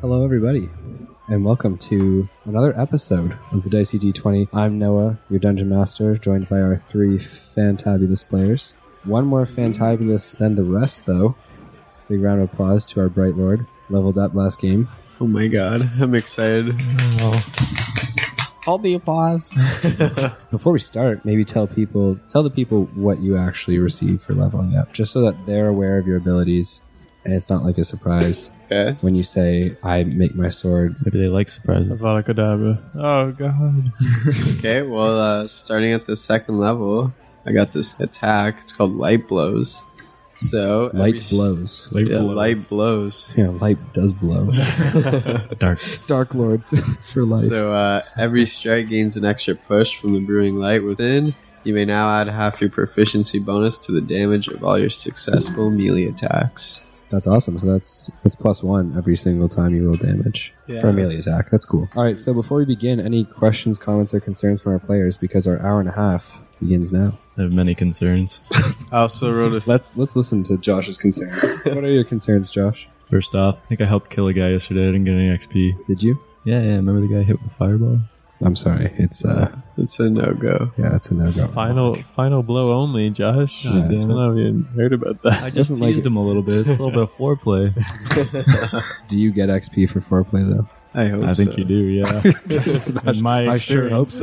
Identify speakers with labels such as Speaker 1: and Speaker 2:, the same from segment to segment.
Speaker 1: Hello, everybody, and welcome to another episode of the Dicey D20. I'm Noah, your dungeon master, joined by our three fantabulous players. One more fantabulous than the rest, though. Big round of applause to our Bright Lord, leveled up last game.
Speaker 2: Oh my god, I'm excited.
Speaker 1: All the applause. Before we start, maybe tell people, tell the people what you actually receive for leveling up, just so that they're aware of your abilities, and it's not like a surprise
Speaker 2: okay.
Speaker 1: when you say, "I make my sword
Speaker 3: Maybe they like surprises.
Speaker 4: Abracadabra. Oh god.
Speaker 2: Okay, well, uh, starting at the second level, I got this attack. It's called Light Blows. So, every
Speaker 1: light
Speaker 2: sh-
Speaker 1: blows."
Speaker 3: Like
Speaker 2: Yeah, Light Blows.
Speaker 1: Yeah, light does blow.
Speaker 3: dark.
Speaker 1: Dark Lords for life.
Speaker 2: So, uh, every strike gains an extra push from the brewing light within. You may now add half your proficiency bonus to the damage of all your successful melee attacks.
Speaker 1: that's awesome. So that's that's plus one every single time you roll damage
Speaker 2: Yeah.
Speaker 1: for a melee attack. That's cool. All right. So before we begin, any questions, comments, or concerns from our players because our hour and a half begins now.
Speaker 3: I have many concerns.
Speaker 2: I also wrote a
Speaker 1: Let's let's listen to Josh's concerns. what are your concerns, Josh?
Speaker 3: First off, I think I helped kill a guy yesterday. I didn't get any XP.
Speaker 1: Did you?
Speaker 3: Yeah, yeah. Remember the guy hit with a fireball?
Speaker 1: I'm sorry. It's uh
Speaker 2: It's a no go.
Speaker 1: yeah, it's a no go.
Speaker 4: Final final blow only, Josh.
Speaker 1: Yeah.
Speaker 4: Damn, I haven't even heard about that.
Speaker 3: I just
Speaker 1: Doesn't like
Speaker 3: teased
Speaker 1: it.
Speaker 3: him a little bit. It's a little bit of foreplay.
Speaker 1: Do you get XP for foreplay though?
Speaker 2: I hope
Speaker 3: I think
Speaker 2: so.
Speaker 3: you do. Yeah. In my
Speaker 1: I sure hope
Speaker 3: experience.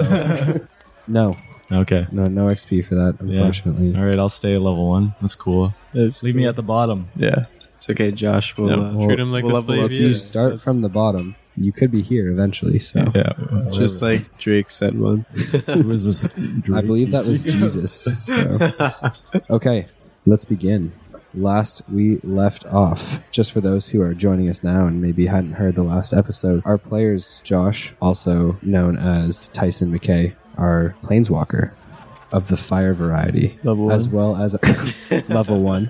Speaker 1: so. no,
Speaker 3: okay.
Speaker 1: no, no XP for that.
Speaker 3: Yeah.
Speaker 1: Unfortunately,
Speaker 3: All right. I'll stay at level one. That's cool.
Speaker 4: It's-
Speaker 3: Leave me at the bottom.
Speaker 4: Yeah.
Speaker 2: It's okay, Josh. We'll,
Speaker 4: No,
Speaker 2: uh,
Speaker 4: we'll- Treat him like
Speaker 2: we'll
Speaker 4: a
Speaker 2: level
Speaker 4: slave
Speaker 2: up
Speaker 4: he
Speaker 1: you
Speaker 4: is.
Speaker 1: start
Speaker 4: That's-
Speaker 1: from the bottom. You could be here eventually. So.
Speaker 3: Yeah.
Speaker 2: Just like Drake said one.
Speaker 3: Who is this?
Speaker 1: I
Speaker 3: Drake
Speaker 1: believe that
Speaker 3: piece?
Speaker 1: was Jesus. So. Okay, let's begin. Last we left off, just for those who are joining us now and maybe hadn't heard the last episode, our players, Josh, also known as Tyson McKay, are Planeswalker of the Fire variety,
Speaker 4: Level
Speaker 1: as
Speaker 4: one.
Speaker 1: well as level one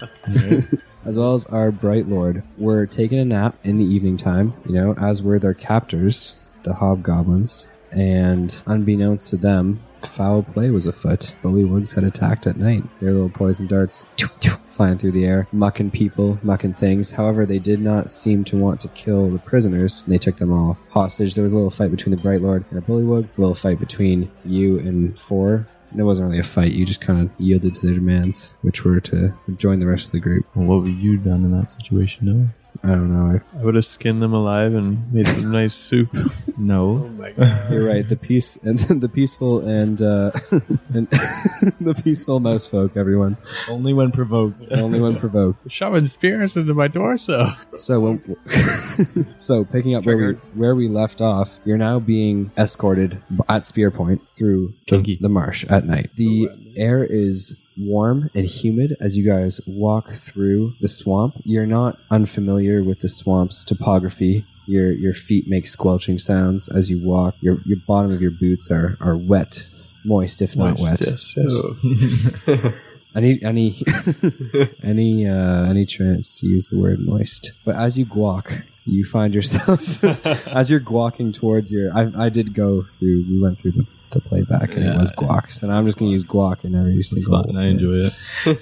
Speaker 1: as well as our Bright Lord, were taking a nap in the evening time, you know, as were their captors, the hobgoblins, and unbeknownst to them, foul play was afoot. Bullywugs had attacked at night, their little poison darts flying through the air, mucking people, mucking things. However, they did not seem to want to kill the prisoners, and they took them all hostage. There was a little fight between the Bright Lord and a Bullywug, a little fight between you and four. And It wasn't really a fight. You just kind of yielded to their demands, which were to join the rest of the group.
Speaker 3: Well, what would you done in that situation? No.
Speaker 1: I don't know. eh?
Speaker 4: I would have skinned them alive and made some nice soup.
Speaker 3: No.
Speaker 2: my god.
Speaker 1: You're right. The peace and the peaceful and uh, and the peaceful mouse folk. Everyone,
Speaker 3: Only when provoked.
Speaker 1: only one provoked.
Speaker 4: Shoving spears into my torso.
Speaker 1: So when, so picking up where we where we left off, you're now being escorted b- at spear point through the,
Speaker 3: Kinky.
Speaker 1: the marsh at night. The air is warm and humid as you guys walk through the swamp. You're not unfamiliar with the swamp's topography. Your your feet make squelching sounds as you walk. Your your bottom of your boots are are wet, moist if not wet.
Speaker 4: Yes, yes.
Speaker 1: Any any any uh, any chance to use the word moist. But as you guac, you find yourselves as you're guacking towards your. I, I did go through. We went through the, the playback and it
Speaker 3: Yeah.
Speaker 1: was guac. So now I'm just going to use guac in every
Speaker 3: It's
Speaker 1: single.
Speaker 3: fun. I enjoy it.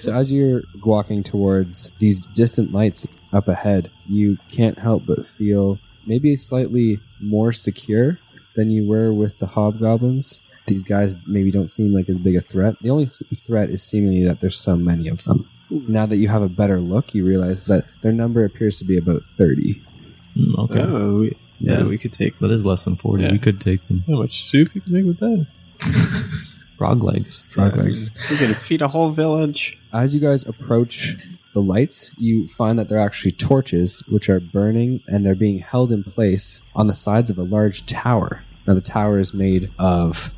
Speaker 1: So as you're walking towards these distant lights up ahead, you can't help but feel maybe slightly more secure than you were with the hobgoblins. These guys maybe don't seem like as big a threat. The only s- threat is seemingly that there's so many of them. Now that you have a better look, you realize that their number appears to be about 30.
Speaker 3: Mm, Okay.
Speaker 2: Oh, we, yeah,
Speaker 3: Yes.
Speaker 2: we could take
Speaker 3: That is less than 40.
Speaker 4: Yeah.
Speaker 3: We could take them.
Speaker 4: How much soup you can make with that?
Speaker 3: Frog legs.
Speaker 1: Frog
Speaker 2: Yeah,
Speaker 1: legs.
Speaker 2: We could feed a whole village.
Speaker 1: as you guys approach the lights, you find that they're actually torches which are burning and they're being held in place on the sides of a large tower. Now, the tower is made of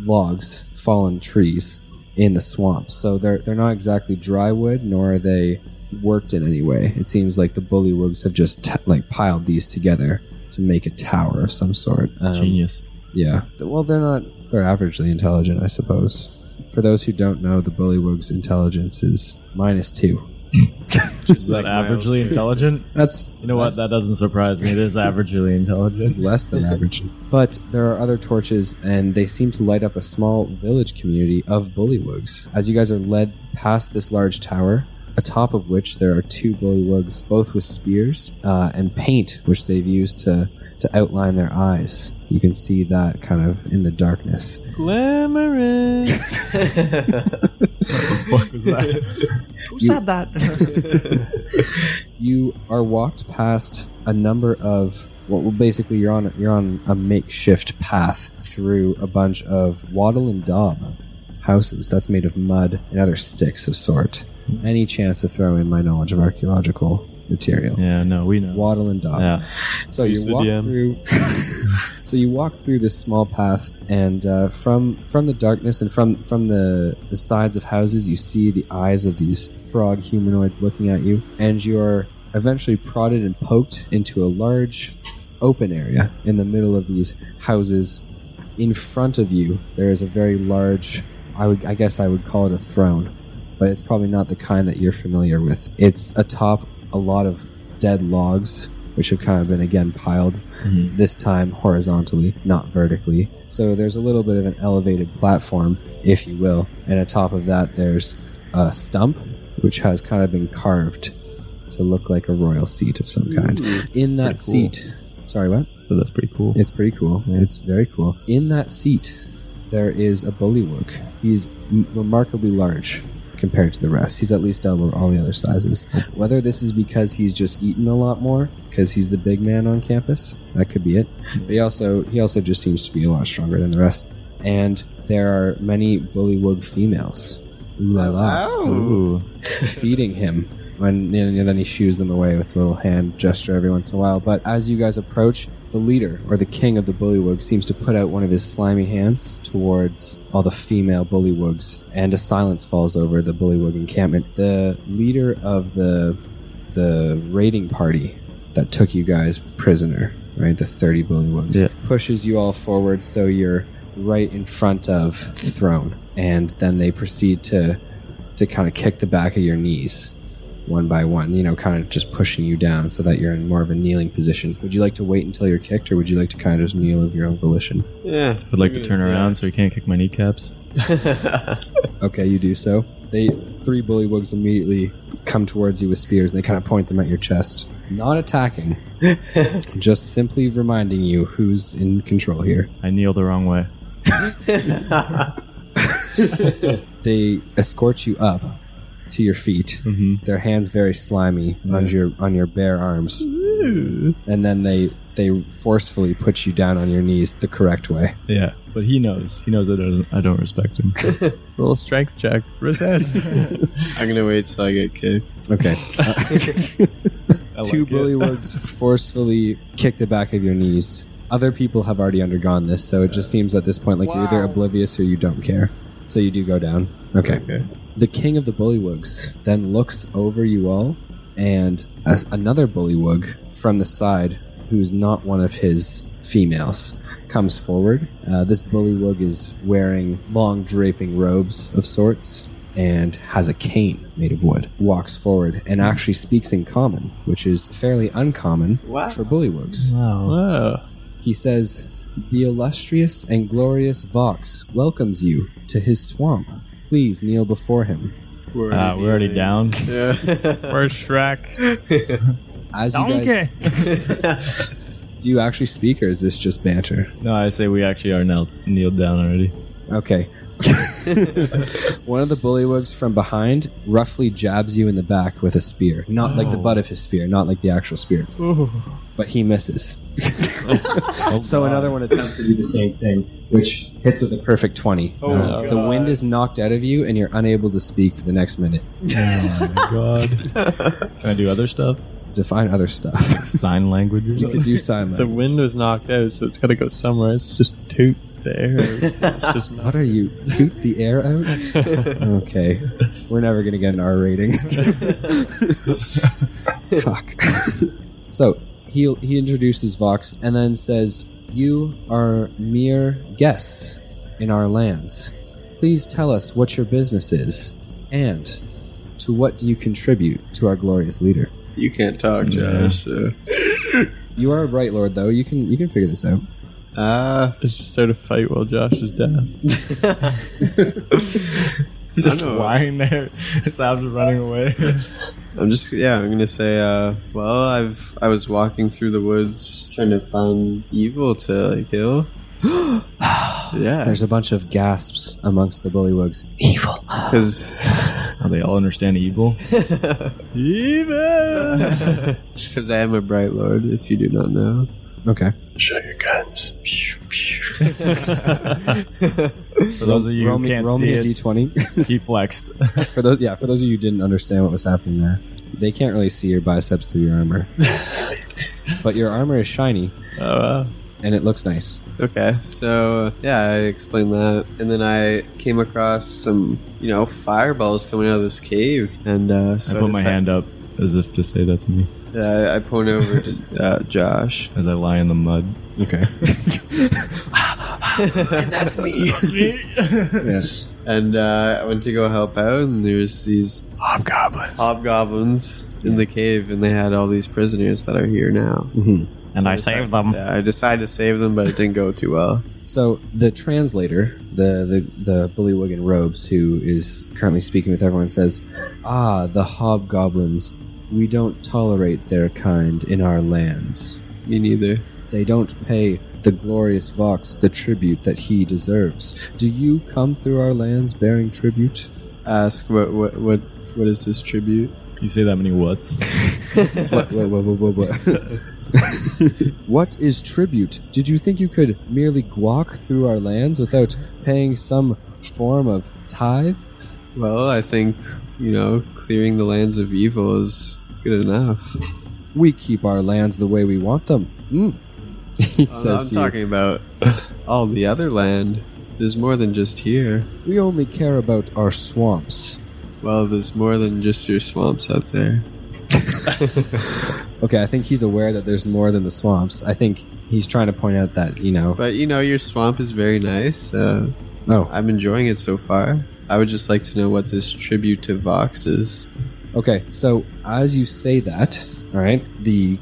Speaker 1: logs, fallen trees in the swamp, so they're they're not exactly dry wood, nor are they worked in any way. It seems like the bullywugs have just t- like piled these together to make a tower of some sort. Um,
Speaker 3: Genius.
Speaker 1: yeah. Well, they're not. They're averagely intelligent, I suppose. For those who don't know, the Bullywug's intelligence is minus two.
Speaker 3: Is
Speaker 2: like
Speaker 3: that
Speaker 2: Miles.
Speaker 3: averagely intelligent?
Speaker 1: That's
Speaker 3: You know what? That doesn't surprise me. It is averagely intelligent.
Speaker 1: less than average. But there are other torches, and they seem to light up a small village community of Bullywugs. As you guys are led past this large tower, atop of which there are two bullywugs, both with spears uh, and paint, which they've used to, to outline their eyes. You can see that kind of in the darkness.
Speaker 4: Glamorous.
Speaker 3: fuck was that? Who said that?
Speaker 1: you are walked past a number of well basically you're on you're on a makeshift path through a bunch of wattle and daub houses that's made of mud and other sticks of sort any chance to throw in my knowledge of archaeological material
Speaker 3: yeah, no, we know.
Speaker 1: wattle and daub
Speaker 3: Yeah.
Speaker 1: so
Speaker 4: Use
Speaker 1: you
Speaker 4: the
Speaker 1: walk
Speaker 4: DM.
Speaker 1: through. so you walk through this small path, and uh, from from the darkness and from from the the sides of houses, you see the eyes of these frog humanoids looking at you, and you are eventually prodded and poked into a large open area in the middle of these houses. In front of you, there is a very large. I would, I guess, I would call it a throne, but it's probably not the kind that you're familiar with. It's atop a lot of dead logs which have kind of been again piled,
Speaker 3: Mhm.
Speaker 1: this time horizontally, not vertically. So there's a little bit of an elevated platform, if you will, and atop of that there's a stump, which has kind of been carved to look like a royal seat of some kind. In that
Speaker 3: Pretty cool.
Speaker 1: seat, sorry, what?
Speaker 3: So that's pretty cool.
Speaker 1: It's pretty cool. It's very cool. In that seat, there is a bullywug. He's m- remarkably large compared to the rest. He's at least double all the other sizes. Whether this is because he's just eaten a lot more, because he's the big man on campus, that could be it. But he also he also just seems to be a lot stronger than the rest. And there are many bullywug females. Ooh la la
Speaker 2: Oh.
Speaker 3: Ooh.
Speaker 1: feeding him. And, and then he shoos them away with a little hand gesture every once in a while. But as you guys approach, the leader or the king of the bullywug seems to put out one of his slimy hands towards all the female bullywugs, and a silence falls over the bullywug encampment. The leader of the the raiding party that took you guys prisoner, right? The thirty bullywugs
Speaker 3: Yeah.
Speaker 1: pushes you all forward, so you're right in front of the throne, and then they proceed to to kind of kick the back of your knees one by one, you know, kind of just pushing you down so that you're in more of a kneeling position. Would you like to wait until you're kicked, or would you like to kind of just kneel of your own volition?
Speaker 2: Yeah.
Speaker 3: I'd like to turn around so he can't kick my kneecaps.
Speaker 1: Okay, you do so. They three bullywugs immediately come towards you with spears, and they kind of point them at your chest, not attacking, just simply reminding you who's in control here.
Speaker 3: I kneel the wrong way.
Speaker 1: They escort you up to your feet.
Speaker 3: Mm-hmm.
Speaker 1: Their hands very slimy on your on your bare arms. and then they they forcefully put you down on your knees the correct way.
Speaker 3: Yeah, but he knows. He knows I don't. I don't respect him.
Speaker 4: Roll strength check. Resist.
Speaker 2: I'm gonna wait till I get kicked.
Speaker 1: Okay.
Speaker 3: I
Speaker 1: Two
Speaker 3: like it.
Speaker 1: bullywugs forcefully kick the back of your knees. Other people have already undergone this, so it just seems at this point like you're either oblivious or you don't care. So you do go down. Okay.
Speaker 2: Okay.
Speaker 1: The king of the bullywugs then looks over you all, and as another bullywug from the side, who's not one of his females, comes forward. Uh, this bullywug is wearing long draping robes of sorts and has a cane made of wood. Walks forward and actually speaks in common, which is fairly uncommon
Speaker 2: Wow.
Speaker 1: for bullywugs.
Speaker 3: Wow.
Speaker 4: Whoa.
Speaker 1: He says, The illustrious and glorious Vox welcomes you to his swamp. Please kneel before him.
Speaker 2: We're
Speaker 3: Uh, we're already down.
Speaker 2: Yeah.
Speaker 4: We're Shrek.
Speaker 1: As you guys Do you actually speak, or is this just banter?
Speaker 3: No, I say we actually are now kneeled down already.
Speaker 1: Okay. One of the bullywugs from behind roughly jabs you in the back with a spear. Not like the
Speaker 2: Oh.
Speaker 1: butt of his spear, not like the actual spear, itself, but he misses.
Speaker 2: Oh,
Speaker 1: so another one attempts to do the same thing, which hits with a perfect 20.
Speaker 2: Oh my
Speaker 1: the
Speaker 2: God.
Speaker 1: wind is knocked out of you, and you're unable to speak for the next minute.
Speaker 3: Oh my god. Can I do other stuff?
Speaker 1: Define other stuff.
Speaker 3: Sign language or
Speaker 1: you
Speaker 3: something?
Speaker 1: could do sign
Speaker 4: The
Speaker 1: language.
Speaker 4: wind was knocked out, so it's got to go somewhere. It's just toot there. It's just
Speaker 1: What are you? Toot the air out? Okay. We're never going to get an R rating. Fuck. so he he introduces Vox and then says, "You are mere guests in our lands. Please tell us what your business is, and to what do you contribute to our glorious leader."
Speaker 2: you can't talk, Josh. So.
Speaker 1: You are right, Lord. Though you can you can figure this out.
Speaker 2: Uh,
Speaker 4: Just start a fight while Josh is down.
Speaker 3: Just
Speaker 2: know.
Speaker 3: lying there, Sab's running away.
Speaker 2: I'm just yeah. I'm gonna say. Uh, well, I've I was walking through the woods trying to find evil to like, kill. yeah,
Speaker 1: There's a bunch of gasps amongst the bullywugs. Evil.
Speaker 2: because
Speaker 3: How they all understand evil. Evil.
Speaker 2: I am a bright lord. If you do not know,
Speaker 1: Okay.
Speaker 2: show your guns.
Speaker 3: For those of you
Speaker 1: roll
Speaker 3: who
Speaker 1: me,
Speaker 3: can't
Speaker 1: roll
Speaker 3: see
Speaker 1: me a
Speaker 3: it,
Speaker 1: d20.
Speaker 3: he flexed.
Speaker 4: Oh,
Speaker 1: for those, yeah, for those of you who didn't understand what was happening there, they can't really see your biceps through your armor, but your armor is shiny
Speaker 3: Oh, wow.
Speaker 1: and it looks nice.
Speaker 2: Okay, so yeah, I explained that, and then I came across some, you know, fireballs coming out of this cave, and uh, so
Speaker 3: I put my
Speaker 2: decided-
Speaker 3: hand up as if to say that's me
Speaker 2: Yeah, I, I point over to uh, Josh.
Speaker 3: as I lie in the mud.
Speaker 1: Okay.
Speaker 2: and that's me.
Speaker 1: yeah.
Speaker 2: And uh, I went to go help out, and there's these
Speaker 3: Hobgoblins.
Speaker 2: hobgoblins in the cave, and they had all these prisoners that are here now.
Speaker 1: hmm
Speaker 4: And I
Speaker 2: decided-
Speaker 4: saved them.
Speaker 2: Yeah, I decided to save them, but it didn't go too well.
Speaker 1: So the translator, the the the bullywug in robes, who is currently speaking with everyone, says, "Ah, the hobgoblins. We don't tolerate their kind in our lands."
Speaker 2: Me neither.
Speaker 1: They don't pay the glorious Vox the tribute that he deserves. Do you come through our lands bearing tribute?
Speaker 2: Ask what what what what is this tribute?
Speaker 3: You say that many what's?
Speaker 1: What, what, what, what, what, what? what is tribute? Did you think you could merely walk through our lands without paying some form of tithe?
Speaker 2: Well, I think you know, clearing the lands of evil is good enough.
Speaker 1: We keep our lands the way we want them. Mm. he says
Speaker 2: I'm
Speaker 1: to
Speaker 2: talking about all the other land. There's more than just here.
Speaker 1: you, "We only care about our swamps."
Speaker 2: Well, there's more than just your swamps out there.
Speaker 1: Okay, I think he's aware that there's more than the swamps. I think he's trying to point out that you know.
Speaker 2: But you know, your swamp is very nice. Uh,
Speaker 1: Oh,
Speaker 2: I'm enjoying it so far. I would just like to know what this tribute to Vox is.
Speaker 1: Okay, so as you say that, all right, the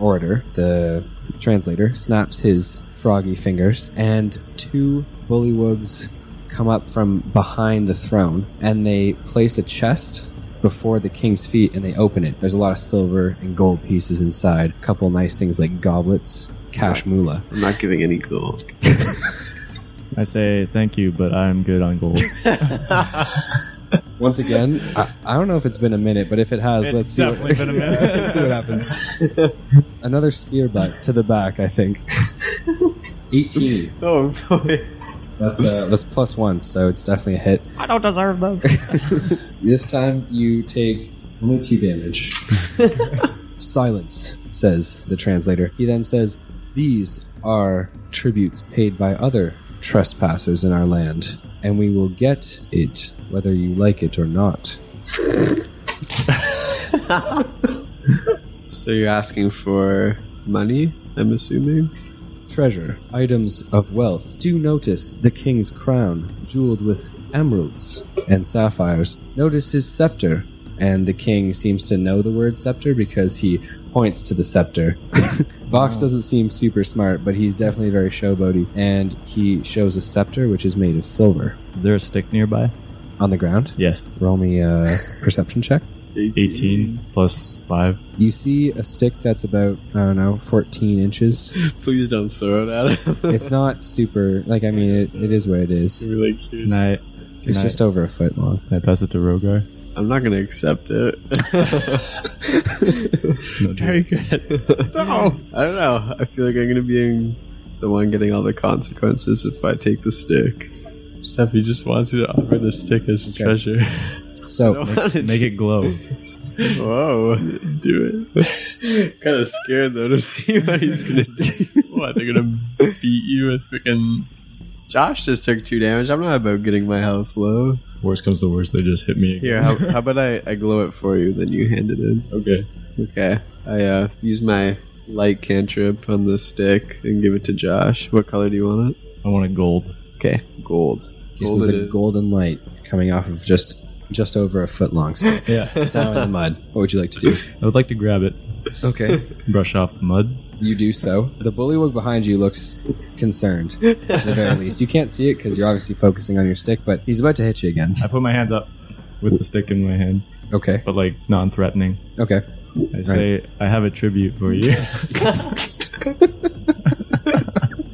Speaker 1: orator, the translator, snaps his froggy fingers, and two bullywugs come up from behind the throne, and they place a chest before the king's feet, and they open it. There's a lot of silver and gold pieces inside. A couple nice things like goblets, cash moolah.
Speaker 2: I'm not getting any gold.
Speaker 3: I say thank you, but I'm good on gold.
Speaker 1: Once again, I, I don't know if it's been a minute, but if it has,
Speaker 3: It's
Speaker 1: let's see.
Speaker 3: definitely
Speaker 1: what,
Speaker 3: been a minute.
Speaker 1: let's see what happens. Another spear butt to the back, I think. Eighteen.
Speaker 2: oh boy.
Speaker 1: That's uh, that's plus one, so it's definitely a hit.
Speaker 4: I don't deserve this.
Speaker 1: This time you take multi damage. Silence, says the translator. He then says, These are tributes paid by other trespassers in our land, and we will get it whether you like it or not.
Speaker 2: So you're asking for money? I'm assuming.
Speaker 1: Treasure, items of wealth. Do notice the king's crown, jeweled with emeralds and sapphires. Notice his scepter. And the king seems to know the word scepter because he points to the scepter.
Speaker 3: Oh.
Speaker 1: Vox doesn't seem super smart, but he's definitely very showboaty. And he shows a scepter, which is made of silver,
Speaker 3: Is there a stick nearby?
Speaker 1: on the ground.
Speaker 3: Yes.
Speaker 1: Roll me a perception check.
Speaker 3: 18 plus 5.
Speaker 1: You see a stick that's about, I don't know, 14 inches.
Speaker 2: Please don't throw it at him.
Speaker 1: It's not super, like, I mean, it, it is what it is.
Speaker 2: really cute.
Speaker 3: Can I,
Speaker 1: It's just over a foot long.
Speaker 3: can I pass it to Rogar?
Speaker 2: I'm not gonna accept it.
Speaker 3: No,
Speaker 2: Very good. no, I don't know. I feel like I'm gonna be in the one getting all the consequences if I take the stick.
Speaker 4: Steffi just wants you to offer the stick as
Speaker 1: Okay.
Speaker 4: treasure.
Speaker 2: Oh,
Speaker 1: So,
Speaker 3: Make it glow.
Speaker 2: Whoa. Do it. kind of scared though to see what he's gonna do.
Speaker 4: what, they're gonna beat you with freaking.
Speaker 2: Josh just took two damage. I'm not about getting my health low.
Speaker 3: Worst comes to worst, they just hit me.
Speaker 2: Here, how, how about I, I glow it for you, then you hand it in?
Speaker 3: Okay.
Speaker 2: Okay. I uh, use my light cantrip on the stick and give it to Josh. What color do you want it?
Speaker 3: I want a gold.
Speaker 2: Okay, gold.
Speaker 1: This
Speaker 2: Gold
Speaker 1: is
Speaker 2: it
Speaker 1: a golden light coming off of just just over a foot long stick
Speaker 3: Yeah.
Speaker 1: down in the mud. What would you like to do?
Speaker 3: I would like to grab it.
Speaker 1: Okay.
Speaker 3: Brush off the mud.
Speaker 1: You do so. The bullywug behind you looks concerned, at the very least. You can't see it because you're obviously focusing on your stick, but he's about to hit you again.
Speaker 3: I put my hands up with the stick in my hand,
Speaker 1: Okay.
Speaker 3: but like non-threatening.
Speaker 1: Okay.
Speaker 3: I say, "I have a tribute for you."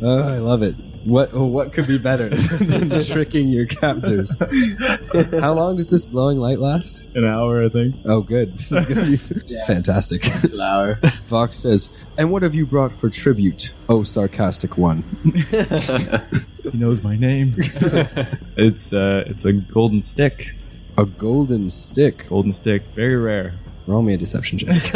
Speaker 1: Oh, I love it. What oh, what could be better than tricking your captors? How long does this glowing light last?
Speaker 3: An hour, I think.
Speaker 1: Oh, good. This is gonna be this is fantastic.
Speaker 2: Flower.
Speaker 1: Vox says, "And what have you brought for tribute, oh sarcastic one?"
Speaker 3: He knows my name. it's uh, it's a golden stick.
Speaker 1: A golden stick.
Speaker 3: Golden stick, very rare.
Speaker 1: Roll me a deception check. It's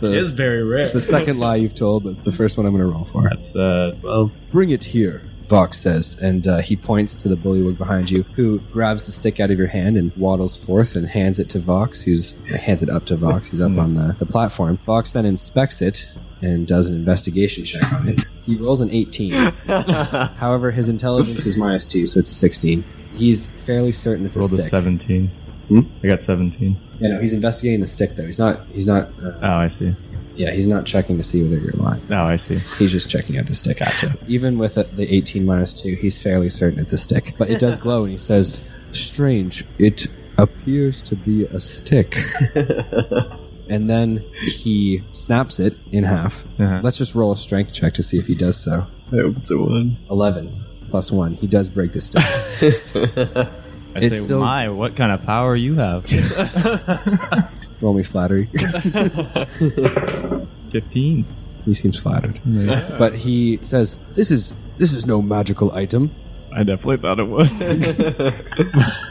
Speaker 1: the,
Speaker 3: very rare.
Speaker 1: it's the second lie you've told, but it's the first one I'm gonna roll for.
Speaker 3: That's uh, well,
Speaker 1: Bring it here, Vox says, and uh, he points to the bullywug behind you, who grabs the stick out of your hand and waddles forth and hands it to Vox, who's hands it up to Vox, who's up
Speaker 3: Mm-hmm.
Speaker 1: on the, the platform. Vox then inspects it and does an investigation check on it. He rolls an 18. However, his intelligence is minus 2, so it's 16. He's fairly certain it's a
Speaker 3: rolled a
Speaker 1: stick.
Speaker 3: seventeen.
Speaker 1: Hmm?
Speaker 3: I got seventeen.
Speaker 1: Yeah, no, he's investigating the stick though. He's not. He's not. Uh,
Speaker 3: Oh, I see.
Speaker 1: yeah, he's not checking to see whether you're lying.
Speaker 3: Oh, I see.
Speaker 1: He's just checking out the stick. Gotcha. Even with uh the 18 minus 2, he's fairly certain it's a stick. But it does glow, and he says, Strange, it appears to be a stick. and then he snaps it in half.
Speaker 3: Uh-huh.
Speaker 1: Let's just roll a strength check to see if he does so.
Speaker 2: I hope it's a one.
Speaker 1: 11 plus 1. He does break the stick.
Speaker 3: I
Speaker 1: It's
Speaker 3: say,
Speaker 1: still-
Speaker 3: my, what kind of power you have?
Speaker 1: roll me flattery.
Speaker 3: Fifteen.
Speaker 1: He seems flattered. But he says, This is. This is no magical item.
Speaker 3: I definitely thought it was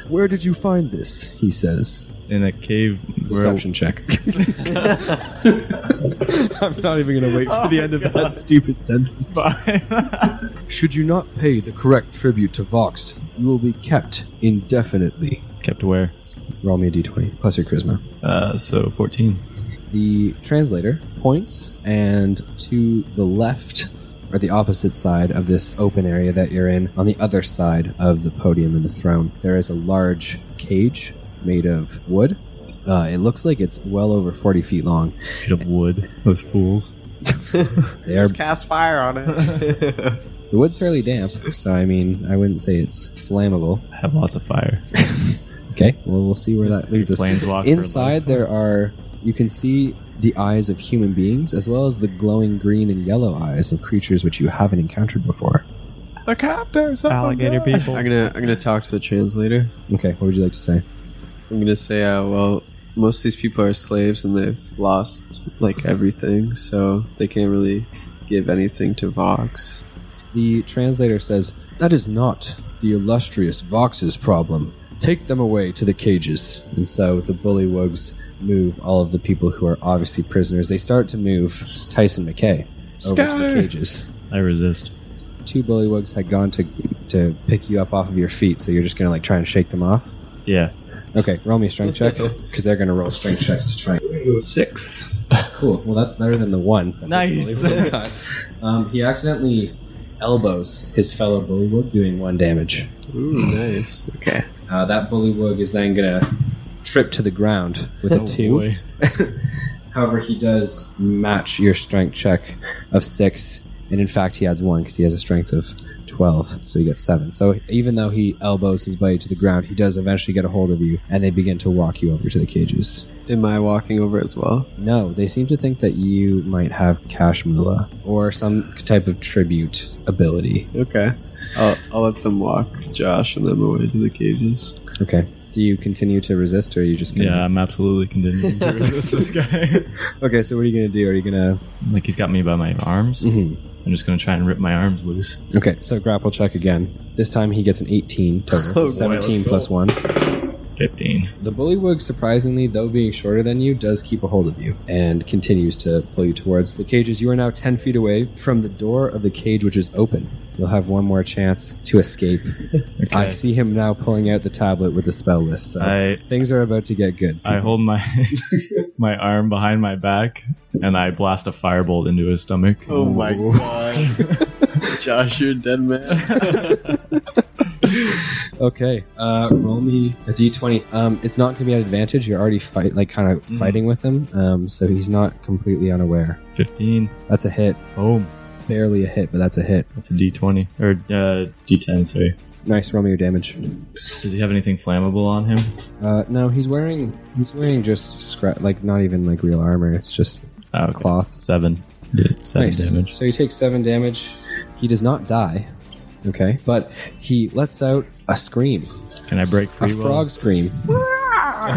Speaker 1: Where did you find this? He says.
Speaker 3: in a cave. Where,
Speaker 1: Deception check. I'm not even going to wait for the end of that stupid sentence. Should you not pay the correct tribute to Vox, you will be kept indefinitely.
Speaker 3: kept where?
Speaker 1: Roll me a d20, plus your charisma.
Speaker 3: Uh, so fourteen.
Speaker 1: The translator points, and to the left, or the opposite side of this open area that you're in, on the other side of the podium and the throne, there is a large cage made of wood. Uh, it looks like it's well over 40 feet long.
Speaker 3: Made of wood. Those fools.
Speaker 1: They are
Speaker 2: cast fire on it.
Speaker 1: The wood's fairly damp, so I mean, I wouldn't say it's flammable.
Speaker 3: I have lots of fire.
Speaker 1: Okay, well, we'll see where that leads us.
Speaker 3: Planeswalker
Speaker 1: Inside,
Speaker 3: life.
Speaker 1: there are you can see the eyes of human beings, as well as the glowing green and yellow eyes of creatures which you haven't encountered before.
Speaker 2: the captors.
Speaker 3: Alligator people.
Speaker 2: I'm gonna I'm gonna talk to the translator.
Speaker 1: Okay, what would you like to say?
Speaker 2: I'm gonna say, uh, well, most of these people are slaves and they've lost like everything, so they can't really give anything to Vox.
Speaker 1: The translator says, That is not the illustrious Vox's problem. Take them away to the cages. And so the bullywugs move all of the people who are obviously prisoners. They start to move Tyson McKay over to the
Speaker 2: Scatter.
Speaker 1: cages.
Speaker 3: I resist.
Speaker 1: two bullywugs had gone to to pick you up off of your feet, so you're just gonna like try and shake them off.
Speaker 3: Yeah.
Speaker 1: Okay, roll me a strength check because they're gonna roll strength checks to try. And...
Speaker 3: Six.
Speaker 1: Cool. Well, that's better than the one. That
Speaker 3: Nice.
Speaker 1: doesn't really work out. um, he accidentally elbows his fellow bullywug, doing one damage.
Speaker 2: Ooh, nice. Okay.
Speaker 1: Uh, that bullywug is then gonna trip to the ground with
Speaker 3: Oh.
Speaker 1: a two.
Speaker 3: Boy.
Speaker 1: However, he does match your strength check of six, and in fact, he adds one because he has a strength of twelve, so he gets seven. So even though he elbows his body to the ground, he does eventually get a hold of you, and they begin to walk you over to the cages.
Speaker 2: Am I walking over as well?
Speaker 1: No, they seem to think that you might have Kashmula or some type of tribute ability.
Speaker 2: Okay. I'll, I'll let them walk Josh and them away to the cages.
Speaker 1: Okay. Do you continue to resist, or are you just gonna?
Speaker 3: Yeah, I'm absolutely continuing to resist this guy.
Speaker 1: Okay, so what are you gonna do? Are you gonna?
Speaker 3: like he's got me by my arms.
Speaker 1: Mhm.
Speaker 2: Mm-hmm.
Speaker 3: I'm just gonna try and rip my arms loose.
Speaker 1: Okay, so grapple check again. This time he gets an 18 total,
Speaker 2: Oh, boy,
Speaker 1: seventeen
Speaker 2: let's
Speaker 1: plus
Speaker 2: go.
Speaker 1: one.
Speaker 3: Fifteen.
Speaker 1: The bullywug, surprisingly, though being shorter than you, does keep a hold of you and continues to pull you towards the cages. You are now 10 feet away from the door of the cage, which is open. You'll have one more chance to escape.
Speaker 3: Okay.
Speaker 1: I see him now pulling out the tablet with the spell list, so
Speaker 3: I
Speaker 1: things are about to get good.
Speaker 3: I hold my my arm behind my back and I blast a firebolt into his stomach.
Speaker 2: Oh god. Josh, you're a dead man.
Speaker 1: Okay, uh, roll me a d20. Um, it's not going to be at advantage. You're already fight, like kind of
Speaker 3: Mhm.
Speaker 1: fighting with him, um, so he's not completely unaware.
Speaker 3: 15.
Speaker 1: That's a hit,
Speaker 3: Boom.
Speaker 1: barely a hit, but that's a hit.
Speaker 3: That's a d20. Or uh, d10, sorry.
Speaker 1: Nice, roll me your damage.
Speaker 3: Does he have anything flammable on him?
Speaker 1: Uh, no, he's wearing he's wearing just scrap, like not even like real armor. It's just
Speaker 3: Oh, okay.
Speaker 1: cloth.
Speaker 3: Seven. Seven
Speaker 1: Nice.
Speaker 3: damage.
Speaker 1: So he takes seven damage. He does not die. Okay, but he lets out a scream,
Speaker 3: Can I break
Speaker 1: a
Speaker 3: free? while-
Speaker 1: frog scream.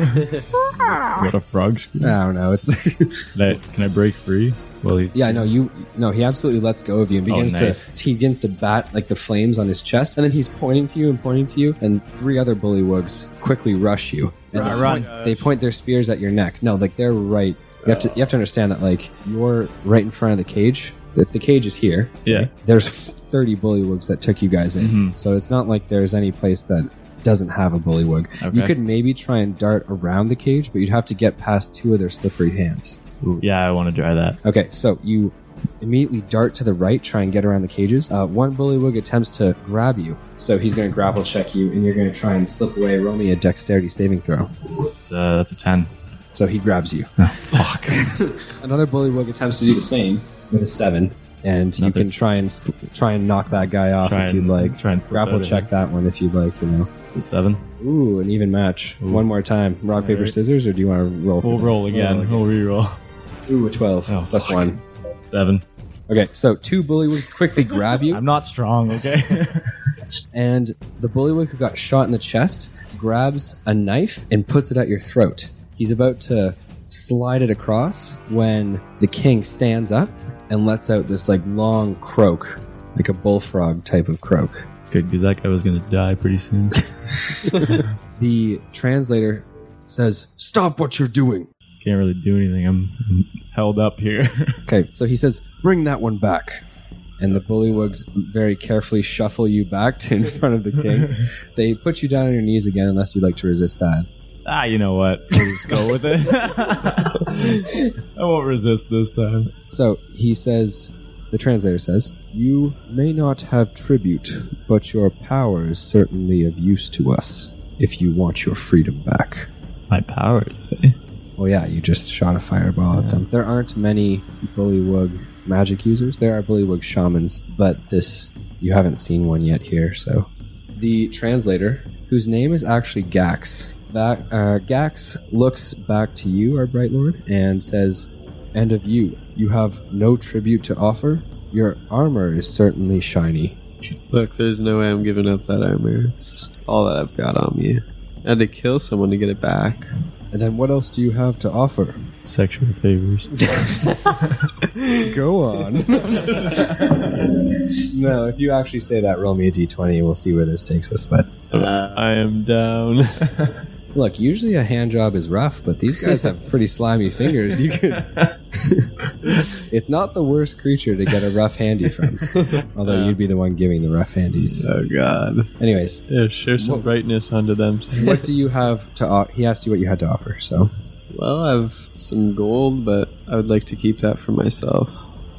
Speaker 3: What a frog scream.
Speaker 1: I don't know. It's
Speaker 3: Can I, can I break free? Well, he's
Speaker 1: Yeah, no, you no. He absolutely lets go of you and
Speaker 3: Oh,
Speaker 1: begins
Speaker 3: nice.
Speaker 1: to he begins to bat like the flames on his chest, and then he's pointing to you and pointing to you, and three other bullywugs quickly rush you. And
Speaker 3: Run,
Speaker 1: they
Speaker 3: run.
Speaker 1: Point, they point their spears at your neck. No, like they're right. You have to you have to understand that like you're right in front of the cage. That the cage is here.
Speaker 3: Yeah.
Speaker 1: There's 30 bullywugs that took you guys in,
Speaker 3: Mhm.
Speaker 1: so it's not like there's any place that doesn't have a bullywug. You
Speaker 3: Okay.
Speaker 1: could maybe try and dart around the cage, but you'd have to get past two of their slippery hands.
Speaker 3: Yeah, I want to try that.
Speaker 1: Okay, so you immediately dart to the right, try and get around the cages. Uh, one bullywug attempts to grab you, so he's going to grapple check you, and you're going to try and slip away. Roll me a dexterity saving throw.
Speaker 3: It's, uh, that's a 10.
Speaker 1: So he grabs you.
Speaker 3: Oh, Fuck.
Speaker 1: Another bullywug attempts to do the same with a seven, and you
Speaker 3: Another-
Speaker 1: can try and s try and knock that guy off
Speaker 3: try
Speaker 1: if you'd
Speaker 3: and,
Speaker 1: like.
Speaker 3: Try and slip
Speaker 1: Grapple
Speaker 3: out of
Speaker 1: check
Speaker 3: it.
Speaker 1: that one if you'd like. You know.
Speaker 3: It's a 7.
Speaker 1: Ooh, an even match.
Speaker 3: Ooh.
Speaker 1: One more time. Rock paper
Speaker 3: Alright.
Speaker 1: scissors, or do you want to roll? for
Speaker 3: We'll
Speaker 1: that?
Speaker 3: roll again. We'll reroll.
Speaker 1: Ooh, a twelve
Speaker 3: Oh,
Speaker 1: plus
Speaker 3: fuck.
Speaker 1: one.
Speaker 3: 7.
Speaker 1: Okay, so two bullywugs quickly grab you.
Speaker 3: I'm not strong, okay?
Speaker 1: and the bullywug who got shot in the chest grabs a knife and puts it at your throat. He's about to slide it across when the king stands up and lets out this like long croak, like a bullfrog type of croak.
Speaker 3: Good, because that guy was going to die pretty soon.
Speaker 1: The translator says, "Stop what you're doing."
Speaker 3: Can't really do anything. I'm, I'm held up here.
Speaker 1: Okay, so he says, "Bring that one back." And the bullywugs very carefully shuffle you back to in front of the king. They put you down on your knees again unless you'd like to resist that.
Speaker 3: ah, you know what? We'll just go with it. I won't resist this time.
Speaker 1: So he says, the translator says, You may not have tribute, but your power is certainly of use to us if you want your freedom back.
Speaker 3: My eh? powers.
Speaker 1: Well, yeah, you just shot a fireball at
Speaker 3: Yeah.
Speaker 1: them. There aren't many Bullywug magic users. There are Bullywug shamans, but this, you haven't seen one yet here, so. The translator, whose name is actually Gax, that, uh, Gax looks back to you, our Bright Lord, and says, And of you, you have no tribute to offer? Your armor is certainly shiny.
Speaker 2: Look, there's no way I'm giving up that armor. It's all that I've got on me. I had to kill someone to get it back.
Speaker 1: And then what else do you have to offer?
Speaker 3: Sexual favors.
Speaker 1: Go on. no, if you actually say that, roll me a d20. We'll see where this takes us. But
Speaker 2: Uh,
Speaker 4: I am down.
Speaker 1: look, usually a hand job is rough, but these guys have pretty slimy fingers. You could. it's not the worst creature to get a rough handy from, although you'd be the one giving the rough handies.
Speaker 2: oh god.
Speaker 1: Anyways,
Speaker 4: Yeah, share some
Speaker 1: What-
Speaker 4: brightness onto them.
Speaker 1: what do you have to? O- he asked you what you had to offer. So
Speaker 2: Well, I've some gold, but I would like to keep that for myself.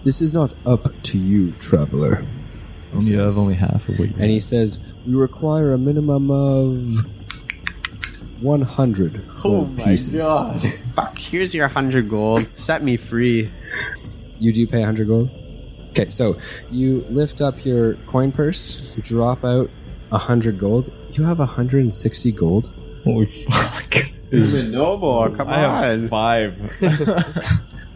Speaker 1: this is not up to you, traveler. he
Speaker 3: Only- you
Speaker 1: says.
Speaker 3: have only half of what you
Speaker 1: And he says we require a minimum of. 100 gold pieces.
Speaker 2: Fuck, here's your 100 gold. Set me free.
Speaker 1: You do pay 100 gold? Okay, so you lift up your coin purse, drop out 100 gold. You have 160 gold.
Speaker 3: Holy fuck.
Speaker 2: Even noble, come
Speaker 3: I have five.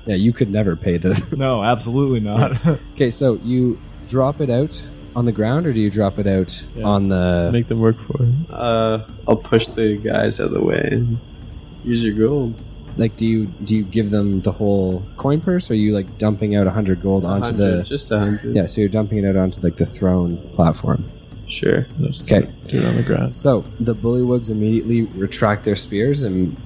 Speaker 1: Yeah, you could never pay the.
Speaker 3: no, absolutely not.
Speaker 1: Okay, so you drop it out on the ground, or do you drop it out
Speaker 4: Yeah.
Speaker 1: on the.
Speaker 4: Make them work for it.
Speaker 2: Uh, I'll push the guys out of the way. and Use your gold.
Speaker 1: like, do you do you give them the whole coin purse, or are you like dumping out 100 gold onto
Speaker 2: 100,
Speaker 1: the?
Speaker 2: Just a 100.
Speaker 1: Yeah, so you're dumping it out onto like the throne platform.
Speaker 2: Sure.
Speaker 1: Okay,
Speaker 4: Do it on the grass.
Speaker 1: So the bullywugs immediately retract their spears and,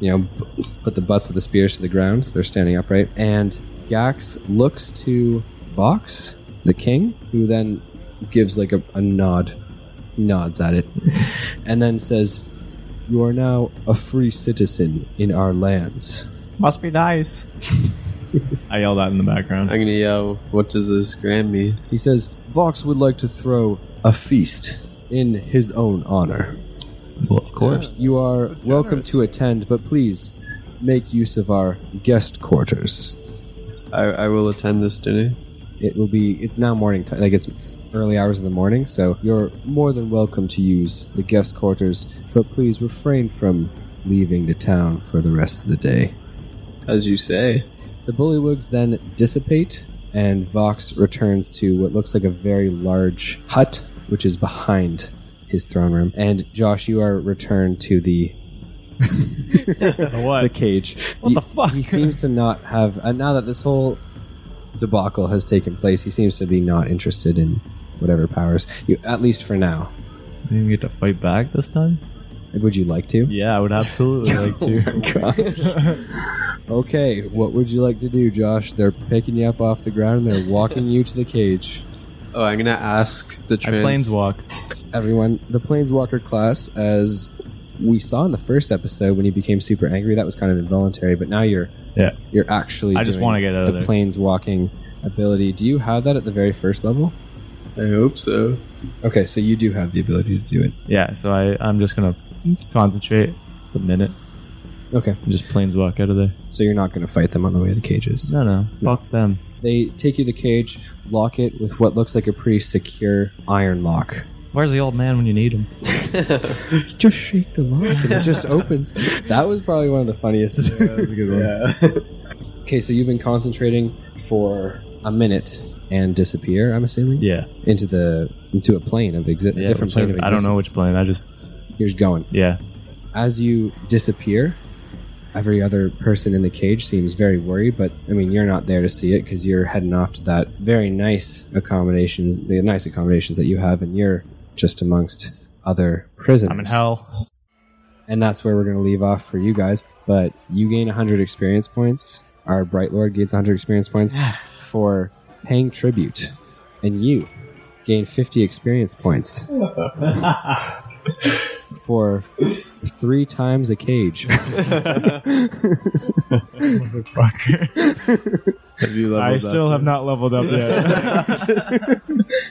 Speaker 1: you know, p- put the butts of the spears to the ground, so they're standing upright. And Gax looks to Box, the king, who then gives like a, a nod, nods at it, and then says, "You are now a free citizen in our lands."
Speaker 3: Must be nice. I yell that in the background.
Speaker 2: I'm gonna yell, what does this grant me?
Speaker 1: He says, "Vox would like to throw a feast in his own honor.
Speaker 3: Well, of course.
Speaker 1: You are welcome to attend, but please make use of our guest quarters.
Speaker 2: I, I will attend this dinner.
Speaker 1: It will be. It's now morning time. Like it's early hours of the morning, so you're more than welcome to use the guest quarters, but please refrain from leaving the town for the rest of the day.
Speaker 2: As you say.
Speaker 1: The bullywugs then dissipate, and Vox returns to what looks like a very large hut, which is behind his throne room. And Josh, you are returned to the
Speaker 3: what?
Speaker 1: the cage.
Speaker 3: What
Speaker 1: He-
Speaker 3: the fuck?
Speaker 1: He seems to not have. Uh, now that this whole debacle has taken place, he seems to be not interested in whatever powers. You, at least for now.
Speaker 3: You didn't get to fight back this time?
Speaker 1: Would you like to?
Speaker 3: Yeah, I would absolutely like
Speaker 2: Oh
Speaker 3: to.
Speaker 1: Okay, what would you like to do, Josh? They're picking you up off the ground and they're walking you to the cage.
Speaker 2: Oh, I'm gonna ask the
Speaker 3: I
Speaker 2: trans.
Speaker 3: planeswalk.
Speaker 1: Everyone, the Planeswalker class, as we saw in the first episode when you became super angry, that was kind of involuntary, but now you're
Speaker 3: Yeah.
Speaker 1: you're actually
Speaker 3: I just
Speaker 1: doing
Speaker 3: wanna get out
Speaker 1: the
Speaker 3: of there.
Speaker 1: planeswalking ability. Do you have that at the very first level?
Speaker 2: I hope so.
Speaker 1: Okay, so you do have the ability to do it.
Speaker 3: Yeah, so I, I'm just gonna concentrate the minute
Speaker 1: Okay.
Speaker 3: and just planeswalk out of there.
Speaker 1: So you're not going to fight them on the way to the cages.
Speaker 3: No, no. Fuck them.
Speaker 1: They take you to the cage, lock it with what looks like a pretty secure iron lock.
Speaker 3: Where's the old man when you need him?
Speaker 1: just shake the lock and it just opens. That was probably one of the funniest.
Speaker 2: yeah.
Speaker 1: Okay, so you've been concentrating for a minute and disappear. I'm assuming
Speaker 3: Yeah.
Speaker 1: into the into a plane of exi- a
Speaker 3: yeah
Speaker 1: different plane of
Speaker 3: whichever-
Speaker 1: existence.
Speaker 3: I don't know which plane. I just,
Speaker 1: You're just going
Speaker 3: yeah.
Speaker 1: as you disappear. Every other person in the cage seems very worried, but I mean, you're not there to see it because you're heading off to that very nice accommodations, the nice accommodations that you have, and you're just amongst other prisoners.
Speaker 3: I'm in hell.
Speaker 1: and that's where we're going to leave off for you guys. But you gain 100 experience points. Our Bright Lord gains 100 experience points
Speaker 2: Yes.
Speaker 1: for paying tribute, and you gain 50 experience points for three times a cage.
Speaker 3: Motherfucker.
Speaker 2: Have you leveled
Speaker 3: I still have
Speaker 2: up
Speaker 3: not leveled up yet.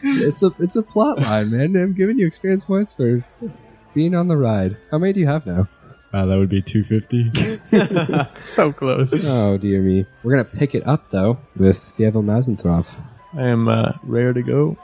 Speaker 1: it's a it's a plot line, man. I'm giving you experience points for being on the ride. How many do you have now?
Speaker 3: wow, that would be 250.
Speaker 4: so close.
Speaker 1: Oh dear me. We're gonna pick it up though with Fievel Mazenthroff.
Speaker 4: I am uh, rare to go.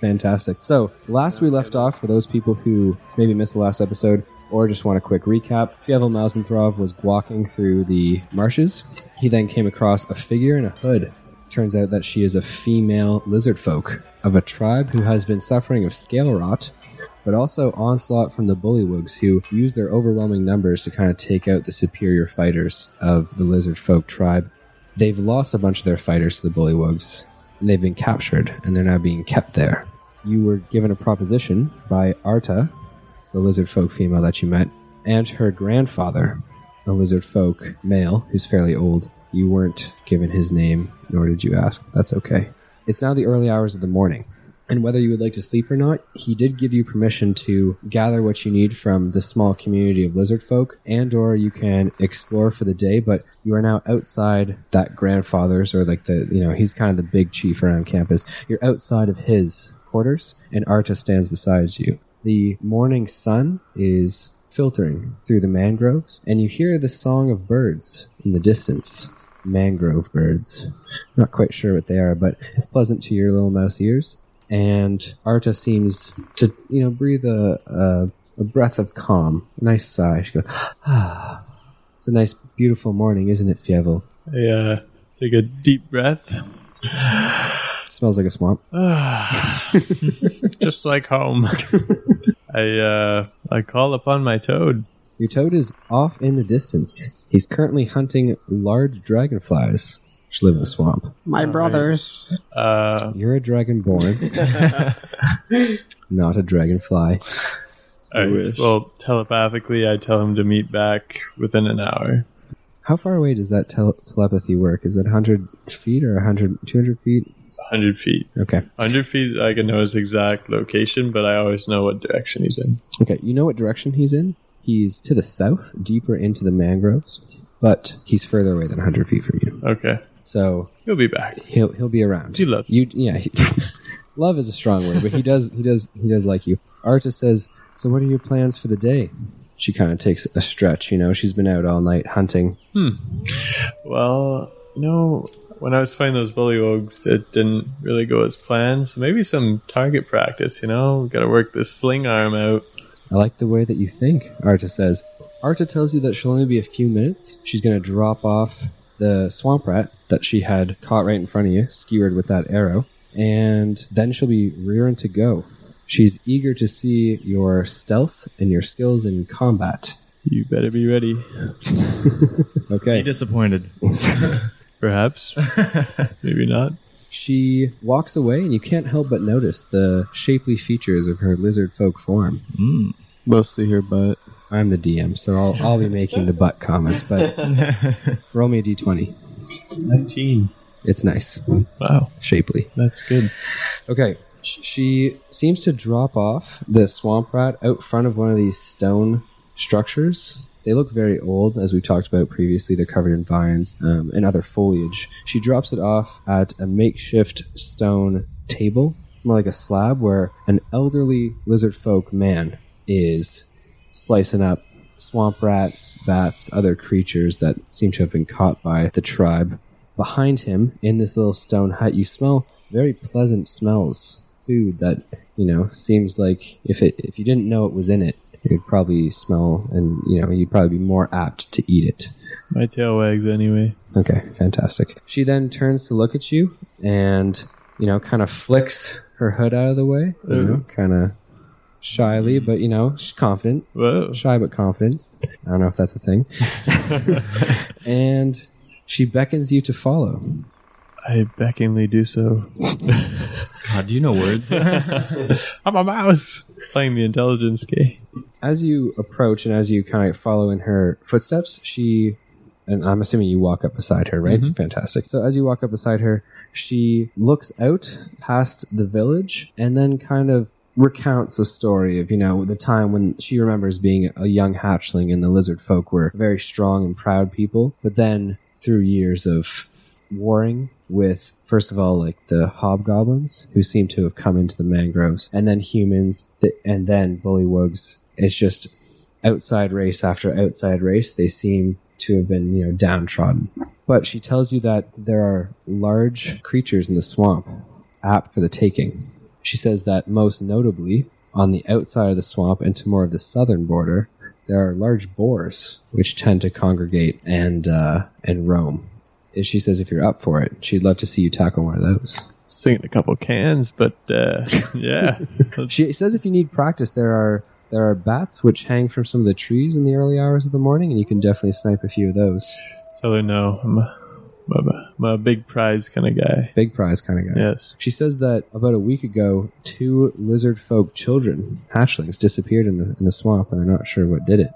Speaker 1: Fantastic. So, last we left off, for those people who maybe missed the last episode or just want a quick recap, Fievel Mausenthrov was walking through the marshes. He then came across a figure in a hood. Turns out that she is a female lizard folk of a tribe who has been suffering of scale rot, but also onslaught from the bullywugs who use their overwhelming numbers to kind of take out the superior fighters of the lizard folk tribe. They've lost a bunch of their fighters to the bullywugs, and they've been captured, and they're now being kept there you were given a proposition by Arta, the lizard folk female that you met, and her grandfather, a lizard folk male who's fairly old. You weren't given his name, nor did you ask. That's okay. It's now the early hours of the morning, and whether you would like to sleep or not, he did give you permission to gather what you need from the small community of lizard folk, and or you can explore for the day, but you are now outside that grandfather's or like the you know, he's kind of the big chief around campus. You're outside of his quarters, and Arta stands beside you. The morning sun is filtering through the mangroves, and you hear the song of birds in the distance. Mangrove birds. Not quite sure what they are, but it's pleasant to your little mouse ears. And Arta seems to, you know, breathe a, a, a breath of calm, a nice sigh. She goes, ah, it's a nice, beautiful morning, isn't it, Fievel?
Speaker 4: I uh, take a deep breath.
Speaker 1: Smells like a swamp.
Speaker 4: Just like home. I uh, I call upon my toad.
Speaker 1: Your toad is off in the distance. He's currently hunting large dragonflies, which live in the swamp.
Speaker 5: My brothers.
Speaker 4: Uh,
Speaker 1: You're a dragonborn, not a dragonfly.
Speaker 4: I,
Speaker 2: wish.
Speaker 4: Well, telepathically, I tell him to meet back within an hour.
Speaker 1: How far away does that tel- telepathy work? Is it 100 feet or 100, 200 feet?
Speaker 4: 100 feet.
Speaker 1: Okay.
Speaker 4: 100 feet, I can know his exact location, but I always know what direction he's in.
Speaker 1: Okay, you know what direction he's in? He's to the south, deeper into the mangroves, but he's further away than 100 feet from you.
Speaker 4: Okay.
Speaker 1: So
Speaker 4: He'll be back.
Speaker 1: he'll he'll be around.
Speaker 4: Do you love-
Speaker 1: you? Yeah, he, love is a strong word, but he does he does he does like you. Arta says, So what are your plans for the day? She kind of takes a stretch, you know. She's been out all night hunting.
Speaker 4: Well, you know, when I was fighting those bullywugs, it didn't really go as planned. So maybe some target practice, you know? we got to work this sling arm out.
Speaker 1: I like the way that you think, Arta says. Arta tells you that she'll only be a few minutes. She's going to drop off the swamp rat that she had caught right in front of you, skewered with that arrow, and then she'll be rearing to go. She's eager to see your stealth and your skills in combat.
Speaker 4: You better be ready.
Speaker 3: Be
Speaker 1: Okay.
Speaker 3: disappointed.
Speaker 4: Perhaps. maybe not.
Speaker 1: She walks away, and you can't help but notice the shapely features of her lizard folk form.
Speaker 3: Mm.
Speaker 2: Mostly her butt.
Speaker 1: I'm the DM, so I'll, I'll be making the butt comments, but roll me a d20.
Speaker 4: 19.
Speaker 1: It's nice,
Speaker 4: Wow,
Speaker 1: shapely.
Speaker 4: that's good.
Speaker 1: Okay. She seems to drop off the swamp rat out front of one of these stone structures. They look very old, as we talked about previously. They're covered in vines um, and other foliage. She drops it off at a makeshift stone table. It's more like a slab where an elderly lizard folk man is slicing up swamp rat, bats, other creatures that seem to have been caught by the tribe. Behind him, in this little stone hut, you smell very pleasant smells. Food that, you know, seems like if it if you didn't know it was in it, you'd probably smell and you know, you'd probably be more apt to eat it.
Speaker 4: My tail wags anyway.
Speaker 1: Okay, fantastic. She then turns to look at you and, you know, kind of flicks her hood out of the way, you know, kind of shyly, but, you know, she's confident,
Speaker 4: Whoa.
Speaker 1: shy but confident. I don't know if that's a thing. and she beckons you to follow.
Speaker 4: I beckonly do so.
Speaker 3: God, do you know words?
Speaker 4: I'm a mouse! Playing the intelligence game.
Speaker 1: as you approach and as you kind of follow in her footsteps, she and I'm assuming you walk up beside her, right? Fantastic. So as you walk up beside her, she looks out past the village and then kind of recounts a story of, you know, the time when she remembers being a young hatchling and the lizard folk were very strong and proud people, but then through years of warring with first of all like the hobgoblins who seem to have come into the mangroves and then humans th- and then bullywugs it's just outside race after outside race they seem to have been you know downtrodden but she tells you that there are large creatures in the swamp apt for the taking she says that most notably on the outside of the swamp and to more of the southern border there are large boars which tend to congregate and uh, and roam and she says if you're up for it, she'd love to see you tackle one of those.
Speaker 4: Just thinking a couple cans, but uh, yeah. Let's-
Speaker 1: She says if you need practice, there are there are bats which hang from some of the trees in the early hours of the morning, and you can definitely snipe a few of those.
Speaker 4: Tell her no. I'm a, I'm a- I'm a big prize kind of guy.
Speaker 1: Big prize kind of guy.
Speaker 4: Yes.
Speaker 1: She says that about a week ago, two lizard folk children, hatchlings, disappeared in the, in the swamp, and they're not sure what did it.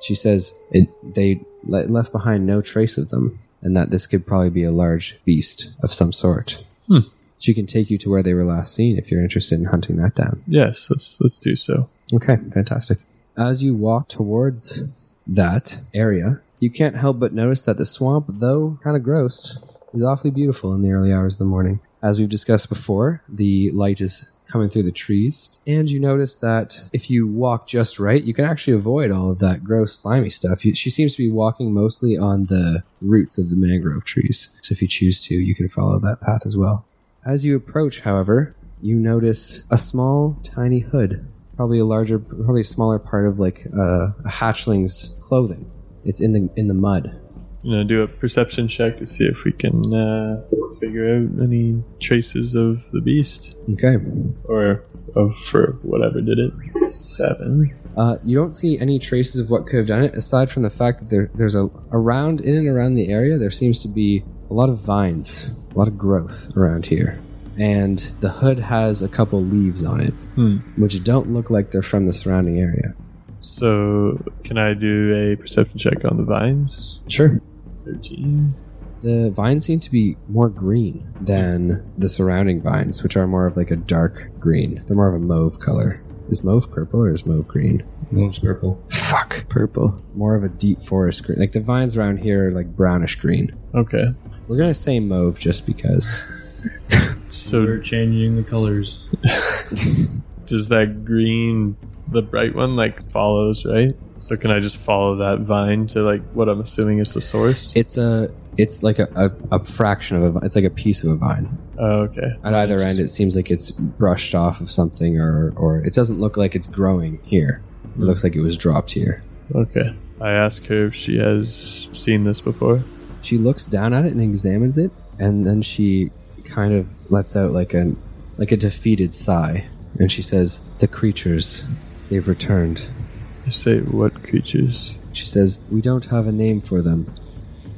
Speaker 1: She says it, they le- left behind no trace of them, and that this could probably be a large beast of some sort.
Speaker 4: Hmm.
Speaker 1: She can take you to where they were last seen if you're interested in hunting that down.
Speaker 4: Yes, let's let's do so.
Speaker 1: Okay, fantastic. As you walk towards that area, you can't help but notice that the swamp, though kind of gross, is awfully beautiful in the early hours of the morning. As we've discussed before, the light is coming through the trees, and you notice that if you walk just right, you can actually avoid all of that gross, slimy stuff. You, she seems to be walking mostly on the roots of the mangrove trees, so if you choose to, you can follow that path as well. As you approach, however, you notice a small, tiny hood probably a larger, probably a smaller part of like uh, a hatchling's clothing. It's in the in the mud.
Speaker 4: You know, do a perception check to see if we can uh, figure out any traces of the beast
Speaker 1: Okay.
Speaker 4: or of for whatever did it. Seven.
Speaker 1: Uh, you don't see any traces of what could have done it, aside from the fact that there, there's a around in and around the area. There seems to be a lot of vines, a lot of growth around here, and the hood has a couple leaves on it,
Speaker 4: Hmm.
Speaker 1: which don't look like they're from the surrounding area.
Speaker 4: So, can I do a perception check on the vines?
Speaker 1: Sure.
Speaker 4: Thirteen.
Speaker 1: The vines seem to be more green than the surrounding vines, which are more of like a dark green. They're more of a mauve color. Is mauve purple or is mauve green?
Speaker 3: Wolf's purple.
Speaker 1: Fuck.
Speaker 2: Purple.
Speaker 1: More of a deep forest green. Like the vines around here are like brownish green.
Speaker 4: Okay.
Speaker 1: We're gonna say mauve just because.
Speaker 4: So
Speaker 3: changing the colors.
Speaker 4: does that green, the bright one, like follows, right? So can I just follow that vine to like what I'm assuming is the source?
Speaker 1: It's a it's like a, a, a fraction of a vi- it's like a piece of a vine.
Speaker 4: Oh, okay.
Speaker 1: At either end, it seems like it's brushed off of something, or or it doesn't look like it's growing here. It looks like it was dropped here.
Speaker 4: Okay. I ask her if she has seen this before.
Speaker 1: She looks down at it and examines it, and then she kind of lets out like an like a defeated sigh, and she says, "The creatures, they've returned."
Speaker 4: I say, what creatures?
Speaker 1: She says, "We don't have a name for them,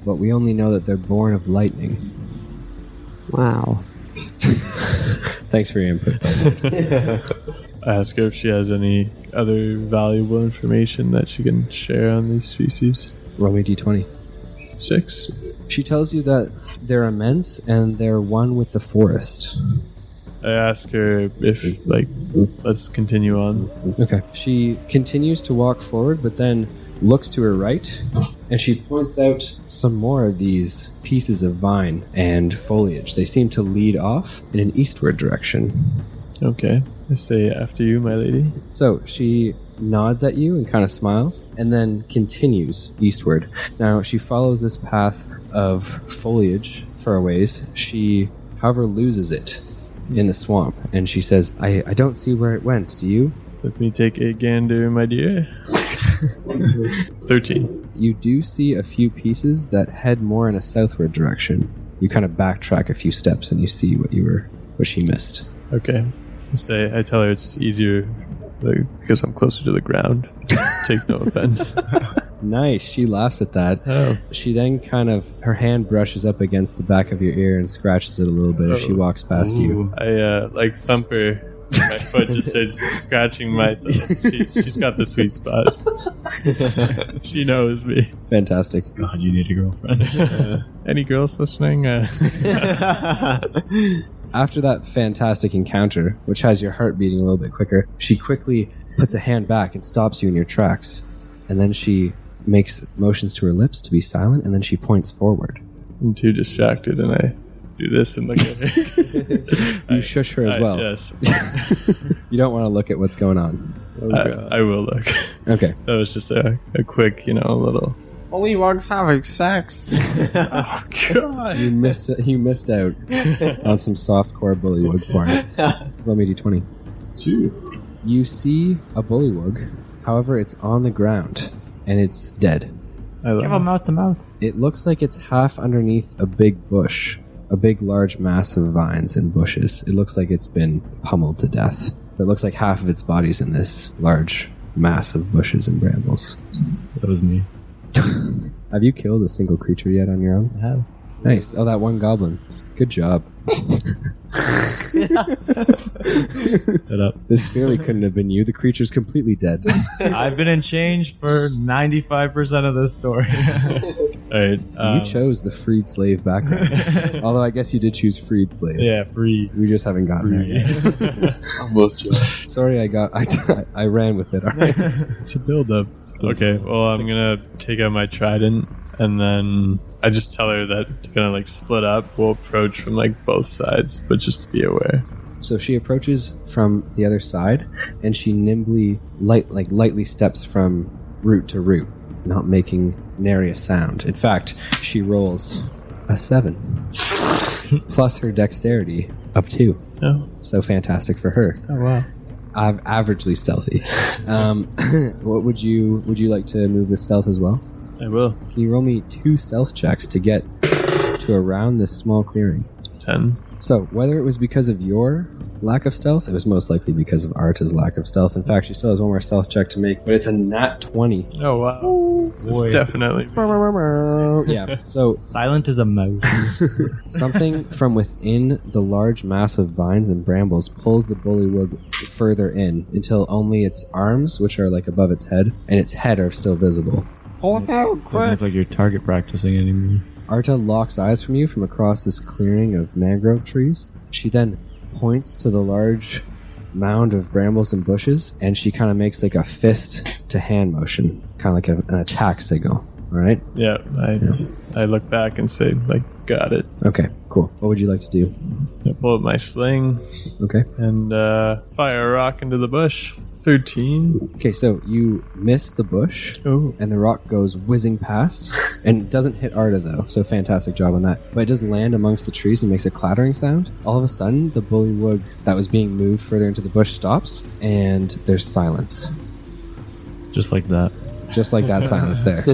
Speaker 1: but we only know that they're born of lightning."
Speaker 5: Wow.
Speaker 1: Thanks for your input.
Speaker 4: I ask her if she has any other valuable information that she can share on these species.
Speaker 1: Roll me a d20.
Speaker 4: Six.
Speaker 1: She tells you that they're immense and they're one with the forest.
Speaker 4: I ask her if, like, let's continue on.
Speaker 1: Okay. She continues to walk forward, but then looks to her right and she points out some more of these pieces of vine and foliage. They seem to lead off in an eastward direction.
Speaker 4: Okay. I say, after you, my lady.
Speaker 1: So she nods at you and kind of smiles and then continues eastward. Now she follows this path of foliage for a ways. She, however, loses it in the swamp and she says, I, I don't see where it went, do you?
Speaker 4: Let me take a gander, my dear. 13.
Speaker 1: You do see a few pieces that head more in a southward direction. You kind of backtrack a few steps and you see what you were what she missed.
Speaker 4: Okay. I say, I tell her it's easier like, because I'm closer to the ground. take no offense.
Speaker 1: Nice. She laughs at that.
Speaker 4: Oh.
Speaker 1: She then kind of her hand brushes up against the back of your ear and scratches it a little bit as she
Speaker 4: Oh.
Speaker 1: walks past you.
Speaker 4: I uh, like thump her. My foot just starts scratching myself. She, she's got the sweet spot. she knows me.
Speaker 1: Fantastic.
Speaker 3: God, you need a girlfriend.
Speaker 4: Any girls listening? Uh,
Speaker 1: After that fantastic encounter, which has your heart beating a little bit quicker, she quickly puts a hand back and stops you in your tracks. And then she makes motions to her lips to be silent, and then she points forward.
Speaker 4: I'm too distracted, and I do this and look at her.
Speaker 1: You
Speaker 4: I-
Speaker 1: shush her as
Speaker 4: I- uh,
Speaker 1: well.
Speaker 4: Yes,
Speaker 1: You don't want to look at what's going on.
Speaker 2: Oh, God.
Speaker 4: I, I will look.
Speaker 1: Okay.
Speaker 4: That was just a, a quick, you know, little.
Speaker 2: Only Wong's having sex.
Speaker 4: Oh God!
Speaker 1: You missed you missed out on some softcore bullywug porn. Roll me d20.
Speaker 3: Two.
Speaker 1: You see a bullywug, however, it's on the ground and it's dead.
Speaker 4: I love
Speaker 3: Give him mouth to mouth.
Speaker 1: It looks like it's half underneath a big bush, a big, large mass of vines and bushes. It looks like it's been pummeled to death. It looks like half of its body's in this large mass of bushes and brambles.
Speaker 3: That was me.
Speaker 1: Have you killed a single creature yet on your own?
Speaker 3: I have.
Speaker 1: Nice. Oh, that one goblin. Good job.
Speaker 3: Shut up.
Speaker 1: This clearly couldn't have been you. The creature's completely dead.
Speaker 3: I've been in change for 95% of this story. Alright. um,
Speaker 1: you chose the freed slave background. Although I guess you did choose freed slave.
Speaker 3: Yeah, free.
Speaker 1: We just haven't gotten there
Speaker 3: free.
Speaker 1: yet.
Speaker 2: Almost. Joe.
Speaker 1: Sorry, I got I, I ran with it. All right.
Speaker 4: it's a build up. Okay, well, I'm gonna take out my trident, and then I just tell her that they're gonna like split up. We'll approach from like both sides, but just be aware.
Speaker 1: So she approaches from the other side, and she nimbly, light like lightly steps from root to root, not making nary a sound. In fact, she rolls a seven plus her dexterity up two.
Speaker 4: Oh,
Speaker 1: So fantastic for her.
Speaker 4: oh wow.
Speaker 1: I'm averagely stealthy. Um, what would you would you like to move with stealth as well?
Speaker 4: I will.
Speaker 1: Can you roll me two stealth checks to get to around this small clearing?
Speaker 4: Ten.
Speaker 1: So, whether it was because of your lack of stealth, it was most likely because of Arta's lack of stealth. In fact, she still has one more stealth check to make, but it's a nat 20.
Speaker 4: Oh wow. It's definitely. me.
Speaker 1: yeah, so
Speaker 3: Silent as a mouse.
Speaker 1: something from within the large mass of vines and brambles pulls the bullywug further in until only its arms, which are like above its head, and its head are still visible.
Speaker 2: Pull it out
Speaker 3: Doesn't
Speaker 2: quick.
Speaker 3: look like you're target practicing anymore.
Speaker 1: Arta locks eyes from you from across this clearing of mangrove trees. She then points to the large mound of brambles and bushes, and she kind of makes like a fist to hand motion, kind of like a, an attack signal. right?
Speaker 4: Yeah, I I look back and say, like, got it.
Speaker 1: Okay, cool. What would you like to do?
Speaker 4: I pull up my sling
Speaker 1: Okay.
Speaker 4: and uh, fire a rock into the bush. Thirteen.
Speaker 1: Okay, so you miss the bush,
Speaker 4: Oh,
Speaker 1: and the rock goes whizzing past, and it doesn't hit Arda though. So fantastic job on that. But it does land amongst the trees and makes a clattering sound. All of a sudden, the bullywug that was being moved further into the bush stops, and there's silence,
Speaker 3: Just like that.
Speaker 1: just like that silence there.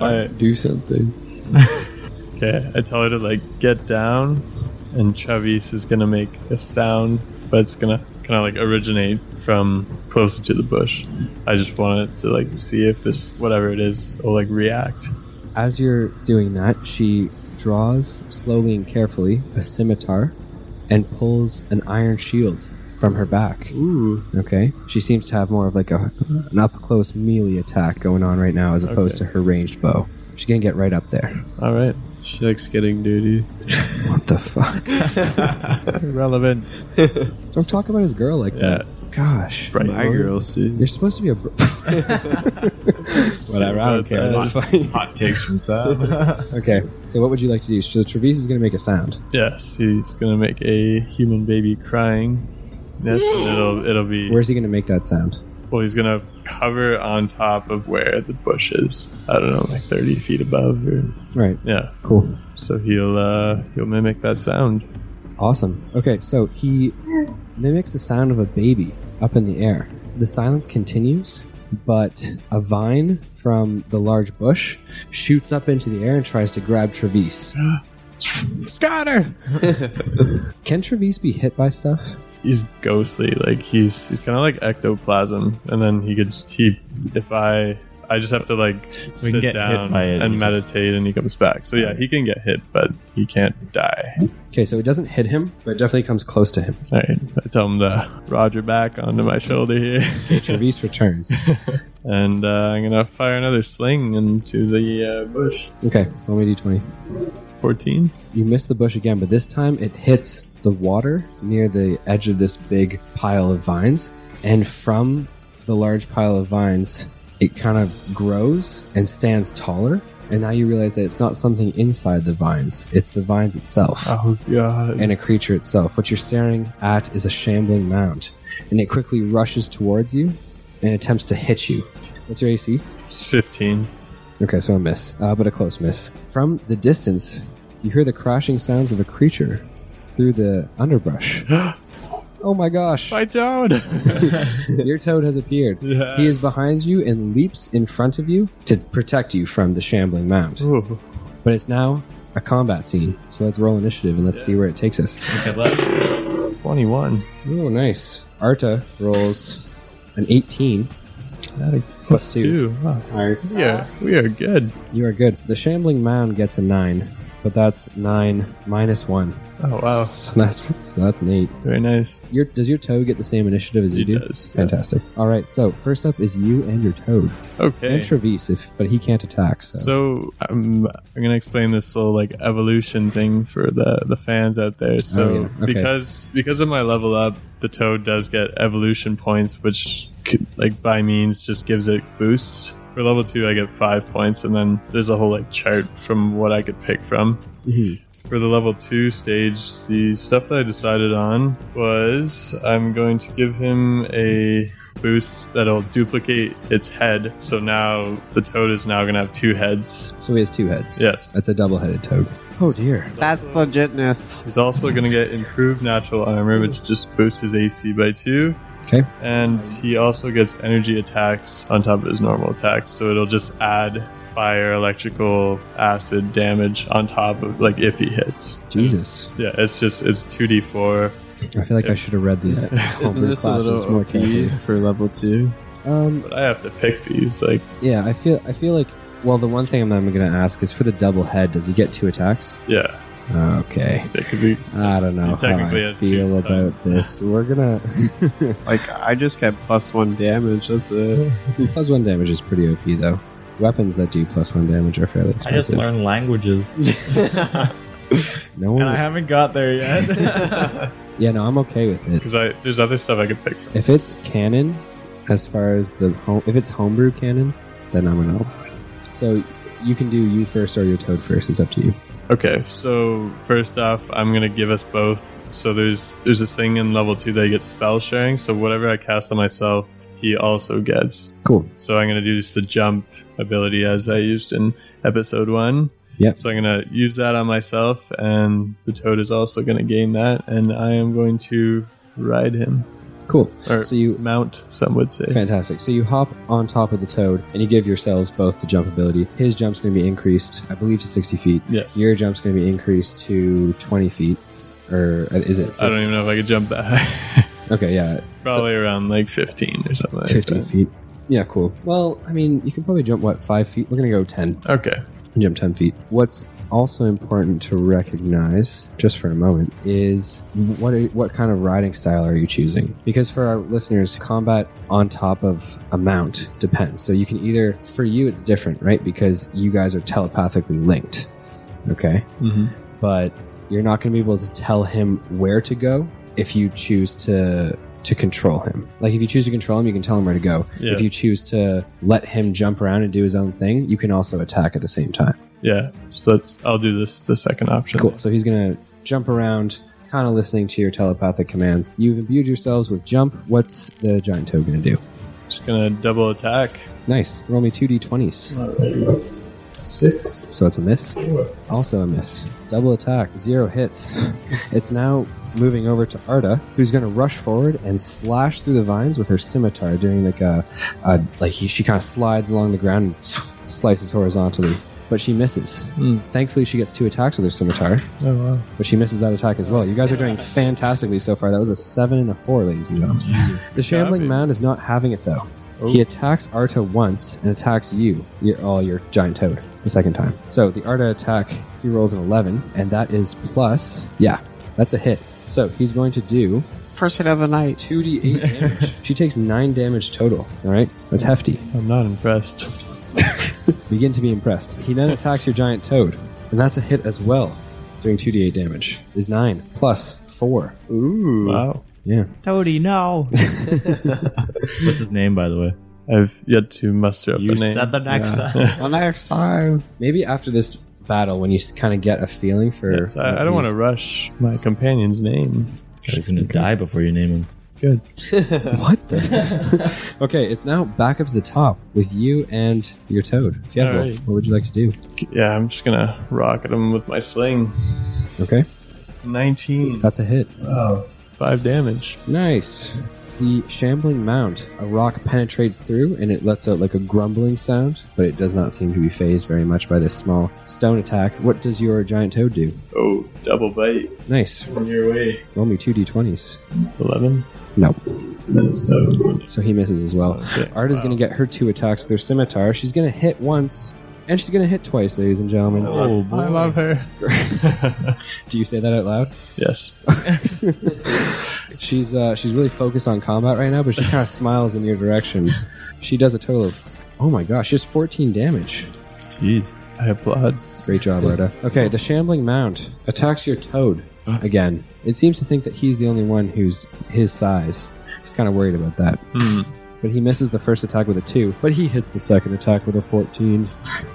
Speaker 4: I
Speaker 2: Do something.
Speaker 4: okay. I tell her to like get down, and Travis is gonna make a sound, but it's gonna kind of like originate from closer to the bush. I just wanted to like see if this whatever it is will like react.
Speaker 1: As you're doing that, she draws slowly and carefully a scimitar and pulls an iron shield from her back.
Speaker 2: Ooh.
Speaker 1: Okay. She seems to have more of like a an up close melee attack going on right now as opposed
Speaker 4: Okay.
Speaker 1: to her ranged bow. She's gonna get right up there.
Speaker 4: All right.
Speaker 2: She likes getting dirty.
Speaker 1: What the fuck?
Speaker 4: Irrelevant.
Speaker 1: Don't talk about his girl like
Speaker 4: Yeah.
Speaker 1: that. Gosh.
Speaker 4: Right.
Speaker 2: My girls,
Speaker 1: You're
Speaker 2: dude.
Speaker 1: supposed to be a. Bro-
Speaker 3: Whatever, I don't care.
Speaker 4: uh,
Speaker 1: That's
Speaker 3: That's
Speaker 1: fine.
Speaker 3: Hot takes from Sam.
Speaker 1: Okay. So what would you like to do? So Travis is gonna make a sound.
Speaker 4: Yes, he's gonna make a human baby crying. Yes, and it'll it'll be.
Speaker 1: Where's he gonna make that sound?
Speaker 4: Well, he's gonna hover on top of where the bush is. I don't know, like thirty feet above. Or,
Speaker 1: All right.
Speaker 4: yeah,
Speaker 1: Cool.
Speaker 4: so he'll uh, he'll mimic that sound.
Speaker 1: Awesome. Okay, so he mimics the sound of a baby up in the air. The silence continues, but a vine from the large bush shoots up into the air and tries to grab Travis.
Speaker 4: Scatter.
Speaker 1: Can Travis be hit by stuff?
Speaker 4: He's ghostly, like he's he's kind of like ectoplasm, and then he could he if I. I just have to like
Speaker 3: We can
Speaker 4: sit
Speaker 3: get hit
Speaker 4: down
Speaker 3: by it
Speaker 4: and
Speaker 3: because-
Speaker 4: meditate, and he comes back. So yeah, he can get hit, but he can't die.
Speaker 1: Okay, so it doesn't hit him, but it definitely comes close to him.
Speaker 4: All right, I tell him to Roger back onto my shoulder here,
Speaker 1: Travis returns.
Speaker 4: and uh, I'm gonna fire another sling into the uh, bush.
Speaker 1: Okay, roll me a d20.
Speaker 4: Fourteen.
Speaker 1: You miss the bush again, but this time it hits the water near the edge of this big pile of vines. And from the large pile of vines, it kind of grows and stands taller. And now you realize that it's not something inside the vines, it's the vines itself
Speaker 4: Oh god.
Speaker 1: and a creature itself. What you're staring at is a shambling mound. And it quickly rushes towards you and attempts to hit you. What's your AC?
Speaker 4: It's 15.
Speaker 1: Okay, so a miss, uh, but a close miss. From the distance, you hear the crashing sounds of a creature through the underbrush. oh my gosh!
Speaker 4: My toad!
Speaker 1: Your toad has appeared.
Speaker 4: Yeah.
Speaker 1: He is behind you and leaps in front of you to protect you from the shambling mound.
Speaker 4: Ooh.
Speaker 1: But it's now a combat scene, so let's roll initiative and let's see where it takes us.
Speaker 3: okay, let's.
Speaker 4: 21.
Speaker 1: Oh, nice. Arta rolls an 18 plus two.
Speaker 4: Oh, we, are, we are good.
Speaker 1: You are good. The shambling mound gets a nine, but that's nine minus one.
Speaker 4: Oh, wow.
Speaker 1: So that's so that's an eight.
Speaker 4: Very nice.
Speaker 1: Your, does your toad get the same initiative as you
Speaker 4: He
Speaker 1: do?
Speaker 4: does.
Speaker 1: Fantastic. All right, so first up is you and your toad
Speaker 4: Okay.
Speaker 1: and Travis, if but he can't attack. So,
Speaker 4: So um, I'm gonna explain this little like evolution thing for the the fans out there. So
Speaker 1: Oh, yeah. Okay.
Speaker 4: because because of my level up, the toad does get evolution points, which could, like by means just gives it boosts. For level two, I get five points, and then there's a whole like chart from what I could pick from.
Speaker 1: Mhm.
Speaker 4: For the level two stage, the stuff that I decided on was I'm going to give him a boost that'll duplicate its head. So now the toad is now going to have two heads.
Speaker 1: so he has two heads.
Speaker 4: Yes.
Speaker 1: that's a double-headed toad. Oh dear.
Speaker 5: That's legitness.
Speaker 4: He's also going to get improved natural armor, which just boosts his AC by two.
Speaker 1: Okay.
Speaker 4: And he also gets energy attacks on top of his normal attacks. So it'll just add fire, electrical, acid damage on top of, like, if he hits.
Speaker 1: Jesus,
Speaker 4: Yeah, it's just, it's 2d4.
Speaker 1: I feel like I should have read these
Speaker 2: Isn't
Speaker 1: homebrew
Speaker 2: this a
Speaker 1: classes
Speaker 2: little
Speaker 1: more
Speaker 2: OP
Speaker 1: carefully.
Speaker 2: for level two?
Speaker 1: Um,
Speaker 4: But I have to pick these. Like,
Speaker 1: yeah, I feel I feel like. Well, the one thing I'm, I'm going to ask is for the double head. Does he get two attacks?
Speaker 4: yeah,
Speaker 1: Okay.
Speaker 4: because he.
Speaker 1: I don't know
Speaker 4: He technically
Speaker 1: how I
Speaker 4: has two
Speaker 1: feel about
Speaker 4: attacks.
Speaker 1: this. We're gonna
Speaker 2: Like I just got plus one damage. That's it.
Speaker 1: plus one damage is pretty OP though. Weapons that do plus one damage are fairly
Speaker 3: I just
Speaker 1: expensive.
Speaker 3: learned languages,
Speaker 1: no one
Speaker 3: and I haven't got there yet.
Speaker 1: Yeah, no, I'm okay with it.
Speaker 4: Because I there's other stuff I could pick from.
Speaker 1: If it's canon, as far as the home, if it's homebrew canon, then I'm gonna allow it. So You can do you first or your toad first. It's up to you.
Speaker 4: Okay, so first off, I'm gonna give us both. So there's there's this thing in level two that gets spell sharing. So whatever I cast on myself, he also gets.
Speaker 1: Cool.
Speaker 4: So I'm gonna do just the jump ability as I used in episode one.
Speaker 1: Yep.
Speaker 4: So I'm gonna use that on myself, and the toad is also gonna gain that, and I am going to ride him
Speaker 1: Cool.
Speaker 4: or
Speaker 1: So you
Speaker 4: mount. Some would say.
Speaker 1: Fantastic. So you hop on top of the toad and you give yourselves both the jump ability. His jump's going to be increased, I believe, to 60 feet.
Speaker 4: Yes.
Speaker 1: Your jump's going to be increased to 20 feet. Or uh, is it?
Speaker 4: I don't even know if I could jump that high.
Speaker 1: Okay, yeah.
Speaker 4: Probably around like 15 or something. Like
Speaker 1: 15 feet. uh, Yeah, cool. Well, I mean, you can probably jump, what, 5 feet? We're going to go 10.
Speaker 4: That. Okay.
Speaker 1: jump 10 feet. What's also important to recognize, just for a moment, is what are, what kind of riding style are you choosing? Because for our listeners, combat on top of a mount depends. So you can either, for you, it's different, right? Because you guys are telepathically linked. Okay
Speaker 4: hmm
Speaker 1: but you're not going to be able to tell him where to go if you choose to to control him. Like if you choose to control him, you can tell him where to go.
Speaker 4: Yeah.
Speaker 1: If you choose to let him jump around and do his own thing, you can also attack at the same time.
Speaker 4: Yeah. So that's. I'll do this. The second option.
Speaker 1: Cool. So he's going to jump around, kind of listening to your telepathic commands. You've imbued yourselves with jump. What's the giant toe going to do?
Speaker 4: Just gonna double attack.
Speaker 1: Nice. Roll me two d20s.
Speaker 4: Six.
Speaker 1: So it's a miss. Also a miss. Double attack, zero hits. It's now moving over to Arda, who's going to rush forward and slash through the vines with her scimitar, doing like a, a like he, she kind of slides along the ground and slices horizontally, but she misses.
Speaker 4: Hmm.
Speaker 1: Thankfully, she gets two attacks with her scimitar,
Speaker 4: Oh wow.
Speaker 1: but she misses that attack as well. You guys are doing fantastically so far. That was a seven and a four, ladies and gentlemen. The shambling
Speaker 4: baby.
Speaker 1: man is not having it though. He attacks Arta once and attacks you, your, oh, your giant toad, the second time. So the Arta attack, he rolls an 11, and that is plus. Yeah, that's a hit. So he's going to do
Speaker 5: First hit of the night.
Speaker 1: 2d8 damage. she takes 9 damage total, alright? That's hefty.
Speaker 4: I'm not impressed.
Speaker 1: Begin to be impressed. He then attacks your giant toad, and that's a hit as well, doing 2d8 damage. Is 9 plus 4.
Speaker 2: Ooh.
Speaker 4: Wow.
Speaker 1: Yeah.
Speaker 3: Toadie, no. What's his name, by the way?
Speaker 4: I've yet to muster up a name.
Speaker 3: the next
Speaker 5: The next time.
Speaker 1: Maybe after this battle, when you kind of get a feeling for.
Speaker 4: Yes, I, I don't want to rush my companion's name.
Speaker 3: He's gonna die before you name him.
Speaker 4: Good.
Speaker 1: What the? okay, it's now back up to the top with you and your toad. Fiedler,
Speaker 4: Alright.
Speaker 1: what would you like to do?
Speaker 4: Yeah, I'm just gonna rocket him with my sling.
Speaker 1: Okay,
Speaker 4: 19.
Speaker 1: that's a hit.
Speaker 4: Wow. Five damage.
Speaker 1: Nice. The shambling mound. A rock penetrates through and it lets out like a grumbling sound, but it does not seem to be phased very much by this small stone attack. What does your giant toad do?
Speaker 4: Oh, double bite
Speaker 1: Nice.
Speaker 4: from your way.
Speaker 1: Roll me two d20s.
Speaker 4: 11.
Speaker 1: No.
Speaker 4: Seven.
Speaker 1: So he misses as well.
Speaker 4: Okay.
Speaker 1: Art is going to get her two attacks with her scimitar. She's going to hit once, and she's going to hit twice, ladies and gentlemen.
Speaker 4: Oh, boy. I love her.
Speaker 1: Do you say that out loud?
Speaker 4: yes.
Speaker 1: She's uh, she's really focused on combat right now, but she kind of smiles in your direction. She does a total of oh my gosh, just 14 damage.
Speaker 3: Jeez.
Speaker 4: I applaud.
Speaker 1: Great job, Arda. Okay, the shambling mound attacks your toad again. It seems to think that he's the only one who's his size. He's kind of worried about that,
Speaker 4: Hmm.
Speaker 1: but he misses the first attack with a two, but he hits the second attack with a 14,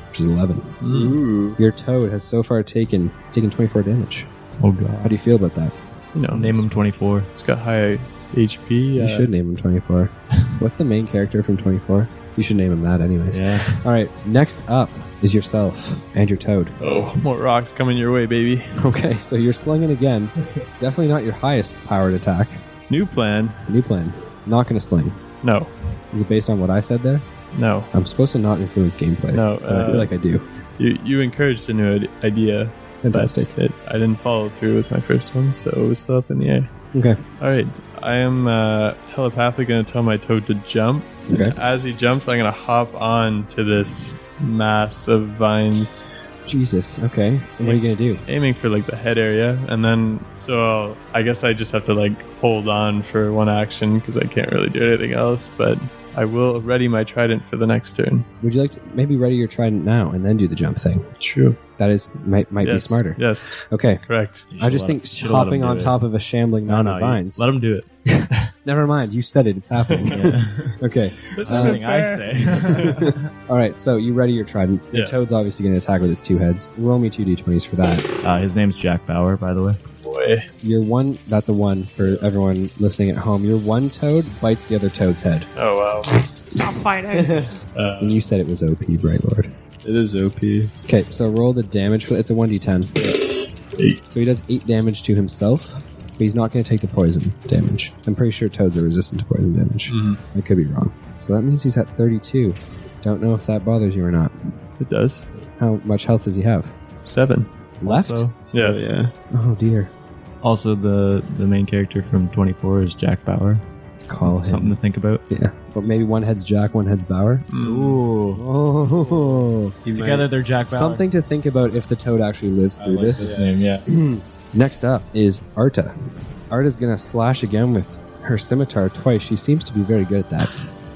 Speaker 1: which is 11.
Speaker 2: Ooh.
Speaker 1: Your toad has so far taken taken 24 damage.
Speaker 3: Oh
Speaker 1: How
Speaker 3: god.
Speaker 1: do you feel about that?
Speaker 4: You know,
Speaker 3: Name him 24.
Speaker 4: It's got high HP.
Speaker 1: You
Speaker 4: uh,
Speaker 1: should name him 24. What's the main character from 24? You should name him that, anyways.
Speaker 3: Yeah.
Speaker 1: All right, next up is yourself and your toad.
Speaker 4: Oh, more rocks coming your way, baby.
Speaker 1: Okay, so you're slinging again. Definitely not your highest powered attack.
Speaker 4: New plan?
Speaker 1: New plan. Not going to sling.
Speaker 4: No,
Speaker 1: Is it based on what I said there?
Speaker 4: no,
Speaker 1: I'm supposed to not influence gameplay.
Speaker 4: no.
Speaker 1: but I
Speaker 4: Uh,
Speaker 1: feel like I do.
Speaker 4: you, you encouraged a new id- idea. but
Speaker 1: Fantastic.
Speaker 4: It, I didn't follow through with my first one, so it was still up in the air.
Speaker 1: Okay.
Speaker 4: All right, I am uh, telepathically going to tell my toad to jump.
Speaker 1: Okay.
Speaker 4: As he jumps, I'm going to hop on to this mass of vines,
Speaker 1: Jesus. Okay. And what are you going to do?
Speaker 4: aiming for like the head area, and then so I'll, I guess I just have to like hold on for one action because I can't really do anything else. But I will ready my trident for the next turn.
Speaker 1: Would you like to maybe ready your trident now and then do the jump thing?
Speaker 4: True.
Speaker 1: That is might might be
Speaker 4: Yes,
Speaker 1: smarter.
Speaker 4: Yes,
Speaker 1: Okay.
Speaker 4: correct.
Speaker 1: I just think hopping on top of a shambling
Speaker 3: No,
Speaker 1: mound
Speaker 3: no.
Speaker 1: of
Speaker 3: you-
Speaker 1: vines.
Speaker 3: Let him do it.
Speaker 1: Never mind. You said it. It's happening. Okay.
Speaker 4: This
Speaker 1: Uh,
Speaker 4: isn't
Speaker 3: Something I
Speaker 4: fair.
Speaker 3: say.
Speaker 1: All right. So you ready your trident?
Speaker 4: Yeah.
Speaker 1: Your toad's obviously going to attack with its two heads. Roll me two d20s for that.
Speaker 3: uh, his name's Jack Bauer, by the way.
Speaker 4: Boy.
Speaker 1: Your one, that's a one for everyone listening at home. Your one toad bites the other toad's head.
Speaker 4: Oh wow.
Speaker 6: Stop fighting.
Speaker 4: Uh,
Speaker 1: And you said it was OP, Bright Lord.
Speaker 2: It is OP.
Speaker 1: Okay, so roll the damage. For, it's a 1d10.
Speaker 4: Eight.
Speaker 1: So he does 8 damage to himself, but he's not going to take the poison damage. I'm pretty sure toads are resistant to poison damage.
Speaker 4: Mhm.
Speaker 1: I could be wrong. So that means he's at 32. Don't know if that bothers you or not.
Speaker 4: it does.
Speaker 1: How much health does he have?
Speaker 4: Seven.
Speaker 1: Left?
Speaker 4: So,
Speaker 2: So,
Speaker 4: yes.
Speaker 2: yeah.
Speaker 1: Oh dear.
Speaker 3: Also, the the main character from 24 is Jack Bauer.
Speaker 1: Call him.
Speaker 3: Something to think about.
Speaker 1: Yeah. But maybe one head's Jack, one head's Bauer.
Speaker 4: Mm.
Speaker 3: Ooh.
Speaker 1: Oh.
Speaker 2: He might-
Speaker 3: Together they're Jack Bauer.
Speaker 1: Something to think about if the toad actually lives
Speaker 3: I
Speaker 1: through
Speaker 3: like
Speaker 1: this.
Speaker 3: this name, yeah.
Speaker 1: Next up is Arta. Arta's gonna slash again with her scimitar twice. She seems to be very good at that.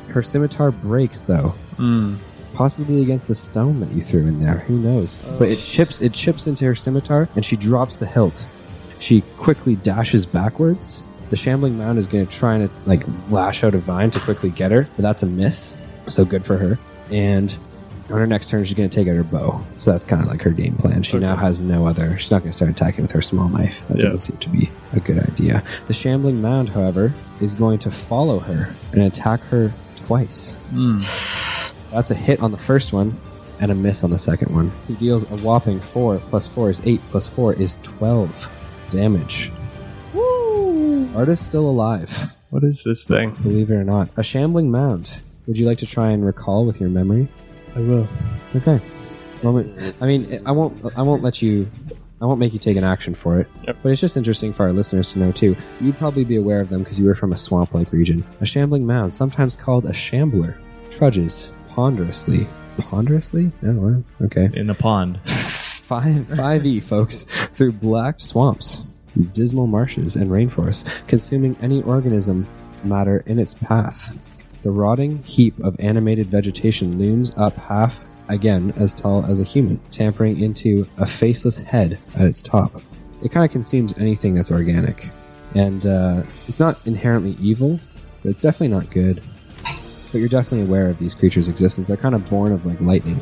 Speaker 1: Her scimitar breaks though,
Speaker 4: Mm.
Speaker 1: possibly against the stone that you threw in there. Who knows? But it chips it chips into her scimitar and she drops the hilt. She quickly dashes backwards. The shambling mound is gonna try and like lash out a vine to quickly get her, but that's a miss. So good for her. And on her next turn, she's going to take out her bow. So that's kind of like her game plan. She now has no other. She's not going to start attacking with her small knife. That
Speaker 4: Yeah.
Speaker 1: doesn't seem to be a good idea. The shambling mound, however, is going to follow her and attack her twice.
Speaker 4: Mm.
Speaker 1: That's a hit on the first one and a miss on the second one. He deals a whopping 4 plus 4 is 8 plus 4 is 12 damage. Woo! Artist still alive,
Speaker 4: What is this thing?
Speaker 1: believe it or not. A shambling mound. Would you like to try and recall with your memory?
Speaker 4: I will.
Speaker 1: Okay. Moment. I mean, I won't. I won't let you. I won't make you take an action for it.
Speaker 4: Yep.
Speaker 1: But it's just interesting for our listeners to know too. You'd probably be aware of them because you were from a swamp-like region. A shambling mound, sometimes called a shambler, trudges ponderously. Ponderously? Oh, wow. okay.
Speaker 3: In a pond.
Speaker 1: Five, five E, folks, through black swamps, dismal marshes, and rainforests, consuming any organism matter in its path. The rotting heap of animated vegetation looms up half again as tall as a human, tampering into a faceless head at its top. It kind of consumes anything that's organic, and uh, it's not inherently evil, but it's definitely not good. But you're definitely aware of these creatures' existence. They're kind of born of like lightning.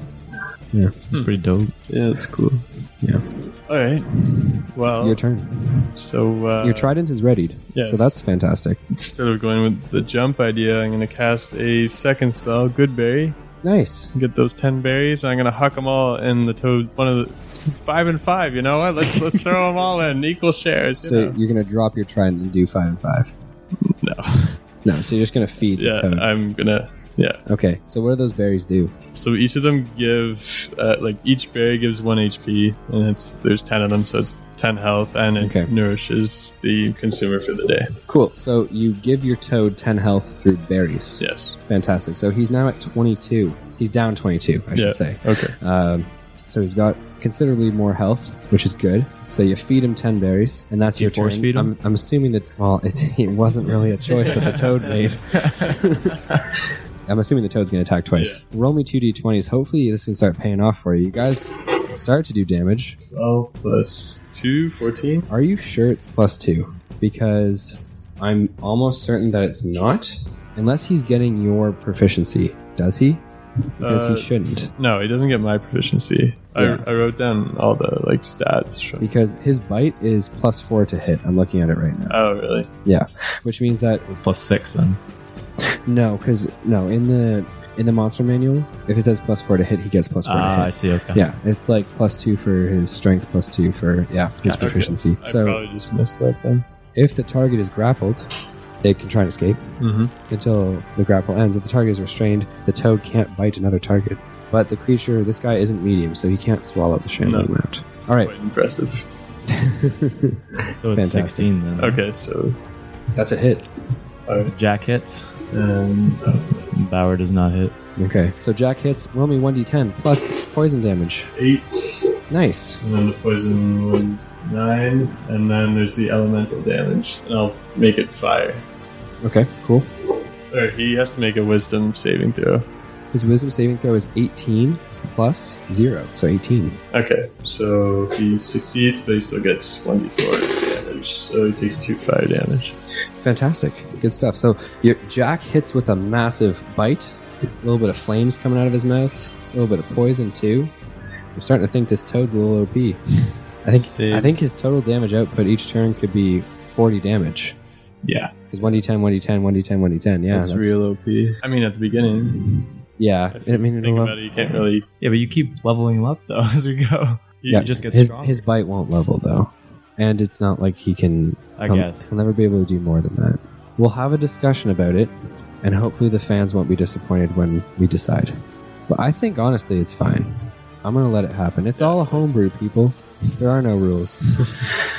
Speaker 3: Pretty dope.
Speaker 2: Yeah, it's cool.
Speaker 4: All right. Well,
Speaker 1: Your turn.
Speaker 4: so uh,
Speaker 1: Your trident is readied.
Speaker 4: yes.
Speaker 1: So that's fantastic.
Speaker 4: instead of going with the jump idea, I'm going to cast a second spell, Good Berry.
Speaker 1: Nice.
Speaker 4: Get those ten berries. I'm going to huck them all in the toad. One of the five and five. You know what? Let's let's throw them all in equal shares. You
Speaker 1: So
Speaker 4: know?
Speaker 1: you're gonna drop your trident and do five and five.
Speaker 4: No.
Speaker 1: No, so you're just gonna feed
Speaker 4: Yeah,
Speaker 1: the toad.
Speaker 4: I'm gonna. Yeah.
Speaker 1: okay. So what do those berries do?
Speaker 4: So each of them give, uh, like each berry gives one HP, and it's there's ten of them, so it's ten health, and it
Speaker 1: Okay.
Speaker 4: nourishes the consumer for the day.
Speaker 1: Cool. So you give your toad ten health through berries.
Speaker 4: Yes.
Speaker 1: Fantastic. So he's now at twenty two. He's down twenty two, I should
Speaker 4: Yeah.
Speaker 1: say.
Speaker 4: Okay.
Speaker 1: Um, so he's got considerably more health, which is good. So you feed him ten berries, and that's
Speaker 3: Do you
Speaker 1: your
Speaker 3: force
Speaker 1: turn.
Speaker 3: feed him?
Speaker 1: I'm, I'm assuming that well, it, it wasn't really a choice that the toad made. I'm assuming the toad's gonna attack twice. Roll me two d20s. Hopefully this can start paying off for you. You guys start to do damage.
Speaker 4: Twelve plus two, fourteen.
Speaker 1: Are you sure it's plus two? Because I'm almost certain that it's not, unless he's getting your proficiency. Does he? Because
Speaker 4: Uh,
Speaker 1: he shouldn't.
Speaker 4: No, he doesn't get my proficiency.
Speaker 1: Yeah.
Speaker 4: I, I wrote down all the like stats. From,
Speaker 1: Because his bite is plus four to hit. I'm looking at it right now.
Speaker 4: oh, really?
Speaker 1: Yeah, which means that
Speaker 3: It's plus six then.
Speaker 1: no, because no in the in the monster manual, if it says plus four to hit, he gets plus four
Speaker 3: Ah,
Speaker 1: to
Speaker 3: I
Speaker 1: hit.
Speaker 3: see. Okay.
Speaker 1: Yeah, it's like plus two for his strength, plus two for yeah his
Speaker 4: Okay.
Speaker 1: proficiency.
Speaker 4: I
Speaker 1: So
Speaker 4: probably just missed that then.
Speaker 1: if the target is grappled, it can try and escape.
Speaker 4: Mm-hmm.
Speaker 1: until the grapple ends. If the target is restrained, the toad can't bite another target. But the creature, this guy isn't medium, so he can't swallow the shambling
Speaker 4: No.
Speaker 1: mound. All right,
Speaker 4: Quite impressive.
Speaker 3: So it's
Speaker 1: Fantastic.
Speaker 3: 16 then.
Speaker 4: Okay, so
Speaker 1: that's a hit.
Speaker 4: all right.
Speaker 3: Jack hits.
Speaker 4: Um,
Speaker 3: Bauer does not hit.
Speaker 1: Okay, so Jack hits. Roll me one d10 plus poison damage.
Speaker 4: eight.
Speaker 1: Nice.
Speaker 4: And then the poison would nine, and then there's the elemental damage, and I'll make it fire.
Speaker 1: Okay, cool.
Speaker 4: Or he has to make a wisdom saving throw.
Speaker 1: His wisdom saving throw is 18 plus zero, so 18.
Speaker 4: Okay, so he succeeds, but he still gets 1d4 damage, so he takes 2 fire damage.
Speaker 1: Fantastic. Good stuff. So your Jack hits with a massive bite, a little bit of flames coming out of his mouth, a little bit of poison too. I'm starting to think this toad's a little OP. I think
Speaker 4: Same.
Speaker 1: I think his total damage output each turn could be 40 damage.
Speaker 3: Yeah.
Speaker 1: It's 1d10, 1d10, 1d10, 1d10. Yeah,
Speaker 2: that's, real OP.
Speaker 4: I mean, at the beginning,
Speaker 1: Yeah, I mean, uh,
Speaker 4: think
Speaker 1: well,
Speaker 4: about it, you can't really.
Speaker 3: Yeah, but you keep leveling him up though as we go. You,
Speaker 1: Yeah,
Speaker 3: you just get
Speaker 1: his,
Speaker 3: stronger.
Speaker 1: his bite won't level though, and it's not like he can.
Speaker 3: I
Speaker 1: he'll-
Speaker 3: guess.
Speaker 1: he'll never be able to do more than that. We'll have a discussion about it, and hopefully the fans won't be disappointed when we decide. But I think honestly, it's fine. I'm gonna let it happen. It's all a homebrew, people. There are no rules.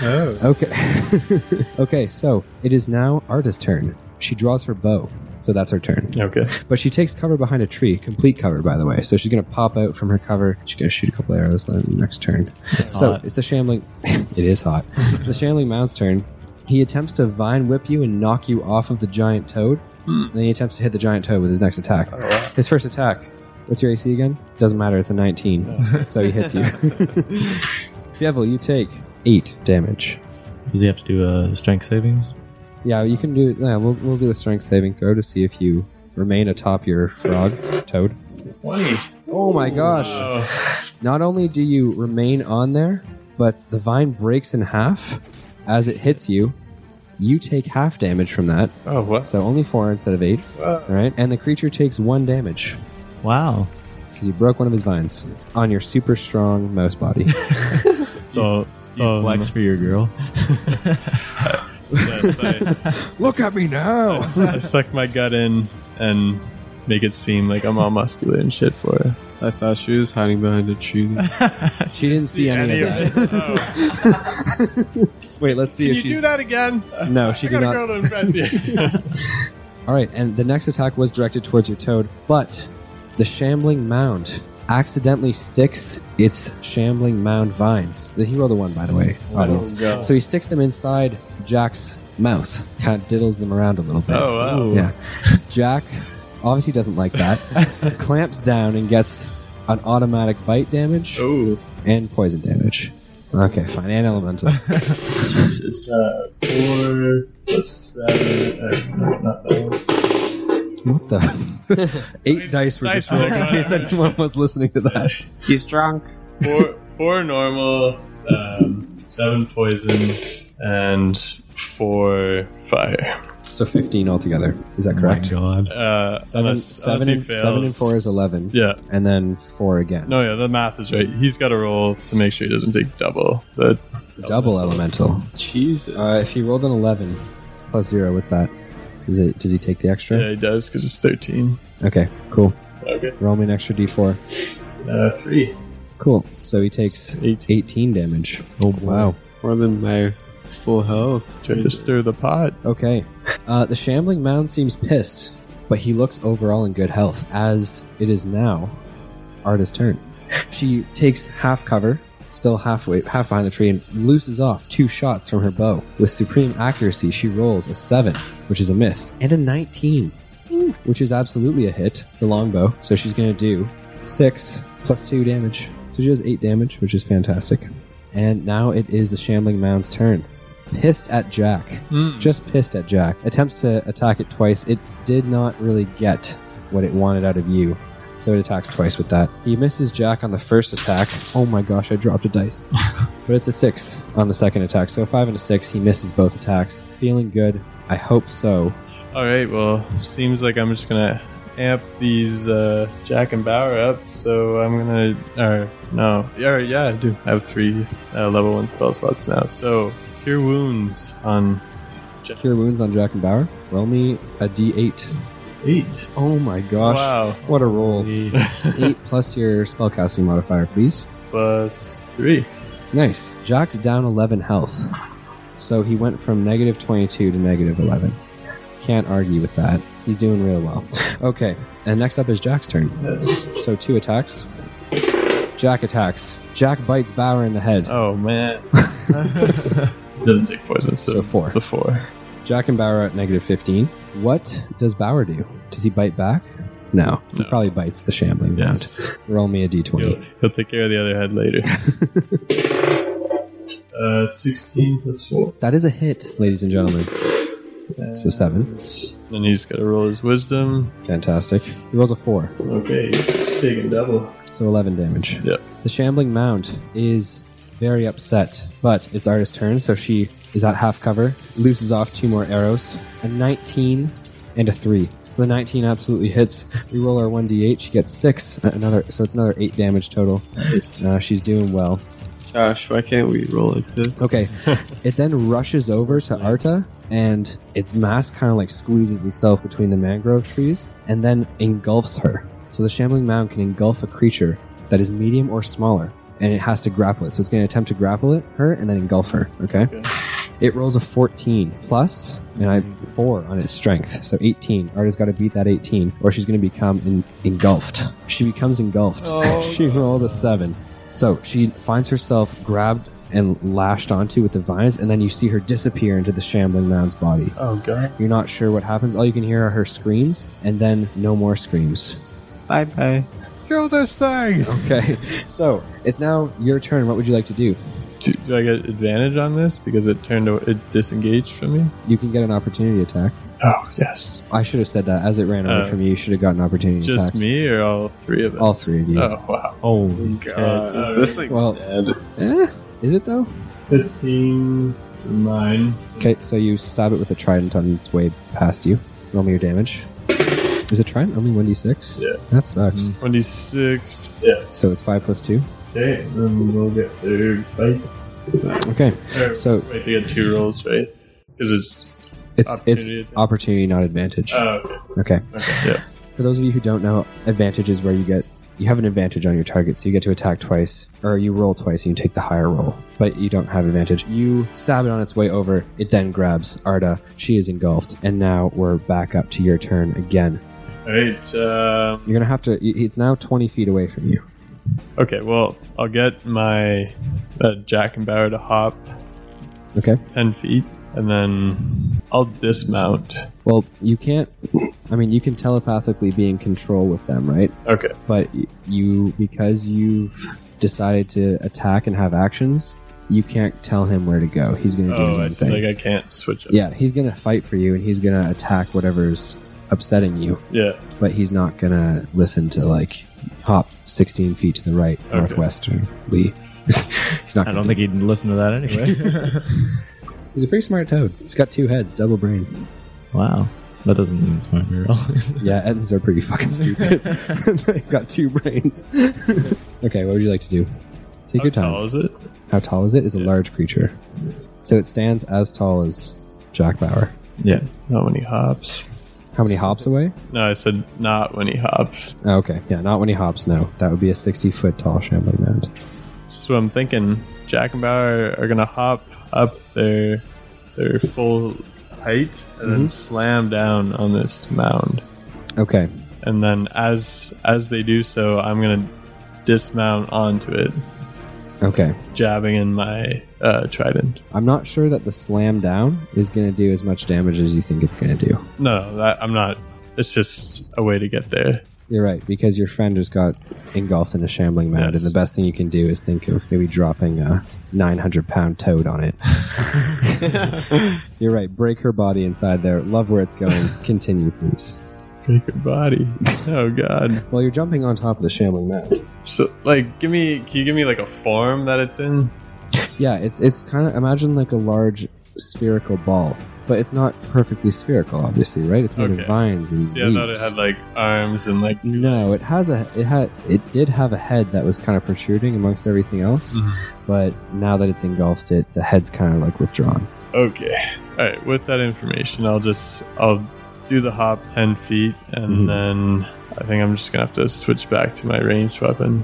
Speaker 2: Oh.
Speaker 1: Okay. okay. So it is now Arta's turn. She draws her bow, so that's her turn.
Speaker 4: Okay.
Speaker 1: But she takes cover behind a tree, complete cover, by the way. So she's gonna pop out from her cover. She's gonna shoot a couple arrows then next turn. so
Speaker 3: hot.
Speaker 1: it's the shambling. it is hot. the shambling mound's turn. He attempts to vine whip you and knock you off of the giant toad. Then he attempts to hit the giant toad with his next attack. His first attack. What's your AC again? Doesn't matter. It's a 19. so he hits you. Fievel, you take eight damage.
Speaker 3: Does he have to do uh, strength savings?
Speaker 1: Yeah, you can do. Yeah, we'll, we'll do a strength saving throw to see if you remain atop your frog toad.
Speaker 4: Twenty.
Speaker 1: Oh my gosh!
Speaker 4: Oh,
Speaker 1: Not only do you remain on there, but the vine breaks in half as it hits you. You take half damage from that,
Speaker 4: oh what?
Speaker 1: so only four instead of eight.
Speaker 4: Wow.
Speaker 1: All right, and the creature takes one damage
Speaker 3: Wow.
Speaker 1: because you broke one of his vines on your super strong mouse body.
Speaker 4: So,
Speaker 3: Do you
Speaker 4: so
Speaker 3: flex for your girl?
Speaker 4: yes, I,
Speaker 1: Look at me now!
Speaker 4: I suck my gut in and make it seem like I'm all muscular and shit for it.
Speaker 2: I thought she was hiding behind a tree.
Speaker 1: She didn't see any of that.
Speaker 4: Oh.
Speaker 1: Wait, let's see
Speaker 4: Can
Speaker 1: if
Speaker 4: you
Speaker 1: she.
Speaker 4: do that again?
Speaker 1: No, she
Speaker 4: I
Speaker 1: did
Speaker 4: gotta
Speaker 1: not.
Speaker 4: go to impress you. Oh,
Speaker 1: All right, and the next attack was directed towards your toad, but the shambling mound accidentally sticks its shambling mound vines. The hero, the one, by the way, audience. So he sticks them inside Jack's mouth, kind of diddles them around a little bit.
Speaker 4: oh wow.
Speaker 1: Yeah, Jack obviously doesn't like that. clamps down and gets an automatic bite damage
Speaker 4: Oh.
Speaker 1: and poison damage. Okay, fine, and elemental.
Speaker 2: Jesus.
Speaker 4: Uh, four plus seven. Uh, not that one.
Speaker 1: What the? Eight dice were
Speaker 4: Dice
Speaker 1: just rolled
Speaker 4: were
Speaker 1: in case
Speaker 4: gone.
Speaker 1: anyone was listening to that.
Speaker 5: He's drunk.
Speaker 4: four, four normal, um, seven poison, and four fire.
Speaker 1: So 15 altogether. Is that correct?
Speaker 3: Oh my god.
Speaker 4: Uh,
Speaker 1: Seven,
Speaker 4: unless,
Speaker 1: seven,
Speaker 4: unless
Speaker 1: and,
Speaker 4: he
Speaker 1: seven and
Speaker 4: fails.
Speaker 1: four is 11.
Speaker 4: Yeah.
Speaker 1: And then four again.
Speaker 4: No, yeah, the math is right. He's got to roll to make sure he doesn't take double. The
Speaker 1: Double elemental.
Speaker 2: Jesus.
Speaker 1: Uh, if he rolled an 11 plus zero, what's that? Is it? Does he take the
Speaker 4: yeah,
Speaker 1: extra?
Speaker 4: he does because it's thirteen.
Speaker 1: Okay, cool.
Speaker 4: Okay,
Speaker 1: Roll me an extra d4.
Speaker 4: uh, three.
Speaker 1: Cool. So he takes
Speaker 4: Eight.
Speaker 1: 18 damage.
Speaker 3: Oh
Speaker 1: Wow.
Speaker 2: More than my full health.
Speaker 4: Try to stir the pot.
Speaker 1: Okay. Uh, the shambling mound seems pissed, but he looks overall in good health, as it is now Arta's turn. She takes half cover, still halfway half behind the tree, and looses off two shots from her bow. With supreme accuracy, she rolls a seven, which is a miss, and a nineteen, which is absolutely a hit. It's a longbow, so she's gonna do six plus two damage. So she does eight damage, which is fantastic. And now it is the shambling mound's turn. Pissed at Jack just pissed at Jack. Attempts to attack it twice. It did not really get what it wanted out of you, so it attacks twice with that. He misses Jack on the first attack. Oh my gosh, I dropped a dice. but it's a six on the second attack, so a five and a six. He misses both attacks. Feeling good. I hope so.
Speaker 4: All right. Well, seems like I'm just gonna amp these uh, Jack and Bauer up. So I'm gonna. Or no. Yeah. Yeah. I do have three uh, level one spell slots now. So cure wounds on
Speaker 1: Cure wounds on Jack and Bauer. Roll me a d8.
Speaker 4: eight.
Speaker 1: Oh my gosh.
Speaker 4: Wow.
Speaker 1: What a roll. Eight plus your spellcasting modifier, please.
Speaker 4: Plus three.
Speaker 1: Nice. Jock's down 11 health. So he went from negative 22 to negative 11. Can't argue with that. He's doing real well. Okay, and next up is Jack's turn.
Speaker 4: Yes.
Speaker 1: So two attacks. Jack attacks. Jack bites Bauer in the head.
Speaker 4: Oh man. Doesn't take poison. So,
Speaker 1: So four.
Speaker 4: The four.
Speaker 1: Jack and Bauer are at negative 15. What does Bauer do? Does he bite back? No. He
Speaker 4: No.
Speaker 1: probably bites the shambling mound. Roll me a
Speaker 4: He'll,
Speaker 1: d20.
Speaker 4: he'll take care of the other head later. uh, sixteen plus four.
Speaker 1: That is a hit, ladies and gentlemen. So
Speaker 4: Uh,
Speaker 1: seven.
Speaker 4: Then he's got to roll his wisdom.
Speaker 1: Fantastic. He rolls a four.
Speaker 4: Okay, taking double.
Speaker 1: So 11 damage.
Speaker 4: Yep.
Speaker 1: The shambling mound is very upset, but it's Arda's turn, so she is at half cover, looses off two more arrows, a 19 and a 3. So the 19 absolutely hits. We roll our 1d8, she gets 6, a- another, so it's another 8 damage total. Uh, she's doing well.
Speaker 2: Josh, why can't we roll like this?
Speaker 1: Okay. it then rushes over to Arta, and its mass kind of like squeezes itself between the mangrove trees and then engulfs her. So the shambling mound can engulf a creature that is medium or smaller, and it has to grapple it. So it's going to attempt to grapple it, her, and then engulf her. Okay.
Speaker 4: Okay.
Speaker 1: It rolls a 14 plus, and I four on its strength, so 18. Arta's got to beat that 18, or she's going to become en- engulfed. She becomes engulfed. she rolled a seven. So she finds herself grabbed and lashed onto with the vines, and then you see her disappear into the shambling man's body.
Speaker 4: Oh god.
Speaker 1: You're not sure what happens. All you can hear are her screams, and then no more screams.
Speaker 5: Bye bye.
Speaker 4: Kill this thing.
Speaker 1: Okay, so it's now your turn. What would you like to do?
Speaker 4: Do, do I get advantage on this because it turned o- it disengaged from me?
Speaker 1: You can get an opportunity attack.
Speaker 4: Oh yes.
Speaker 1: I should have said that as it ran away
Speaker 4: Uh,
Speaker 1: from you. You should have gotten opportunity
Speaker 4: Just
Speaker 1: attacks.
Speaker 4: me or all three of us?
Speaker 1: All three of you.
Speaker 4: Oh wow.
Speaker 3: Holy
Speaker 4: God.
Speaker 3: tits.
Speaker 2: this thing's
Speaker 1: Well-
Speaker 2: dead.
Speaker 1: Eh, is it though?
Speaker 4: Fifteen to nine.
Speaker 1: Okay, so you stab it with a trident on its way past you. Roll me your damage. Is a trident only 1d6?
Speaker 4: Yeah. Mm.
Speaker 1: That sucks.
Speaker 4: Twenty six. Yeah.
Speaker 1: So it's 5 plus 2.
Speaker 4: Okay. Then we'll get third fight.
Speaker 1: Okay.
Speaker 4: Or,
Speaker 1: So-
Speaker 4: wait, they get two rolls, right? Because it's
Speaker 1: It's
Speaker 4: Opportunity
Speaker 1: it's
Speaker 4: attack.
Speaker 1: opportunity, not advantage.
Speaker 4: oh, okay.
Speaker 1: okay.
Speaker 4: okay. Yeah.
Speaker 1: For those of you who don't know, advantage is where you get you have an advantage on your target, so you get to attack twice, or you roll twice and you take the higher roll, but you don't have advantage. You stab it on its way over. It then grabs Arda. She is engulfed, and now we're back up to your turn again.
Speaker 4: All right. Um,
Speaker 1: You're gonna have to. y- It's now 20 feet away from you.
Speaker 4: okay. Well, I'll get my uh, Jack and Bauer to hop
Speaker 1: Okay.
Speaker 4: ten feet, and then I'll dismount.
Speaker 1: Well, you can't. I mean, you can telepathically be in control with them, right?
Speaker 4: Okay.
Speaker 1: But y- you, because you've decided to attack and have actions, you can't tell him where to go. He's going to do his
Speaker 4: Oh, I
Speaker 1: own
Speaker 4: see.
Speaker 1: thing.
Speaker 4: Like I can't switch it.
Speaker 1: yeah, he's going to fight for you, and he's going to attack whatever's upsetting you.
Speaker 4: Yeah.
Speaker 1: But he's not going to listen to like hop 16 feet to the right,
Speaker 4: Okay.
Speaker 1: northwesterly. he's not.
Speaker 3: I
Speaker 1: Gonna
Speaker 3: don't
Speaker 1: do
Speaker 3: think he'd listen to that anyway.
Speaker 1: it. he's a pretty smart toad. He's got two heads, double brain.
Speaker 3: wow. That doesn't mean it's my reroll.
Speaker 1: Yeah, Ettins are pretty fucking stupid. They've got two brains. okay, what would you like to do? Take
Speaker 4: How
Speaker 1: your time.
Speaker 4: tall is it?
Speaker 1: How tall is it? It's a
Speaker 4: Yeah.
Speaker 1: large creature. So it stands as tall as Jack Bauer.
Speaker 3: yeah.
Speaker 4: Not when he hops.
Speaker 1: How many hops away?
Speaker 4: No, I said not when he hops.
Speaker 1: Oh, okay, yeah, not when he hops, no. That would be a 60 foot tall shambling mound.
Speaker 4: So I'm thinking Jack and Bauer are gonna hop up their their full height and then slam down on this mound.
Speaker 1: Okay,
Speaker 4: And then as as they do so, I'm gonna dismount onto it,
Speaker 1: okay.
Speaker 4: jabbing in my uh, trident.
Speaker 1: I'm not sure that the slam down is going to do as much damage as you think it's going to do.
Speaker 4: No, that, I'm not. It's just a way to get there.
Speaker 1: You're right, because your friend has got engulfed in a shambling mound,
Speaker 4: Yes.
Speaker 1: and the best thing you can do is think of maybe dropping a 900 pound toad on it. You're right, break her body inside there. Love where it's going. Continue, please.
Speaker 4: Break your body. Oh God.
Speaker 1: Well, you're jumping on top of the shambling mound.
Speaker 4: So like, give me. Can you give me like a form that it's in?
Speaker 1: Yeah, it's it's kind of imagine like a large spherical ball, but it's not perfectly spherical, obviously, right? It's made of
Speaker 4: Okay.
Speaker 1: vines and
Speaker 4: Yeah, I thought it
Speaker 1: leaves.
Speaker 4: had like arms and like.
Speaker 1: No, it has a it had it did have a head that was kind of protruding amongst everything else,
Speaker 4: Mhm.
Speaker 1: but now that it's engulfed it, the head's kind of like withdrawn.
Speaker 4: Okay. All right. With that information, I'll just I'll do the hop ten feet, and
Speaker 1: Mhm.
Speaker 4: then I think I'm just gonna have to switch back to my ranged weapon.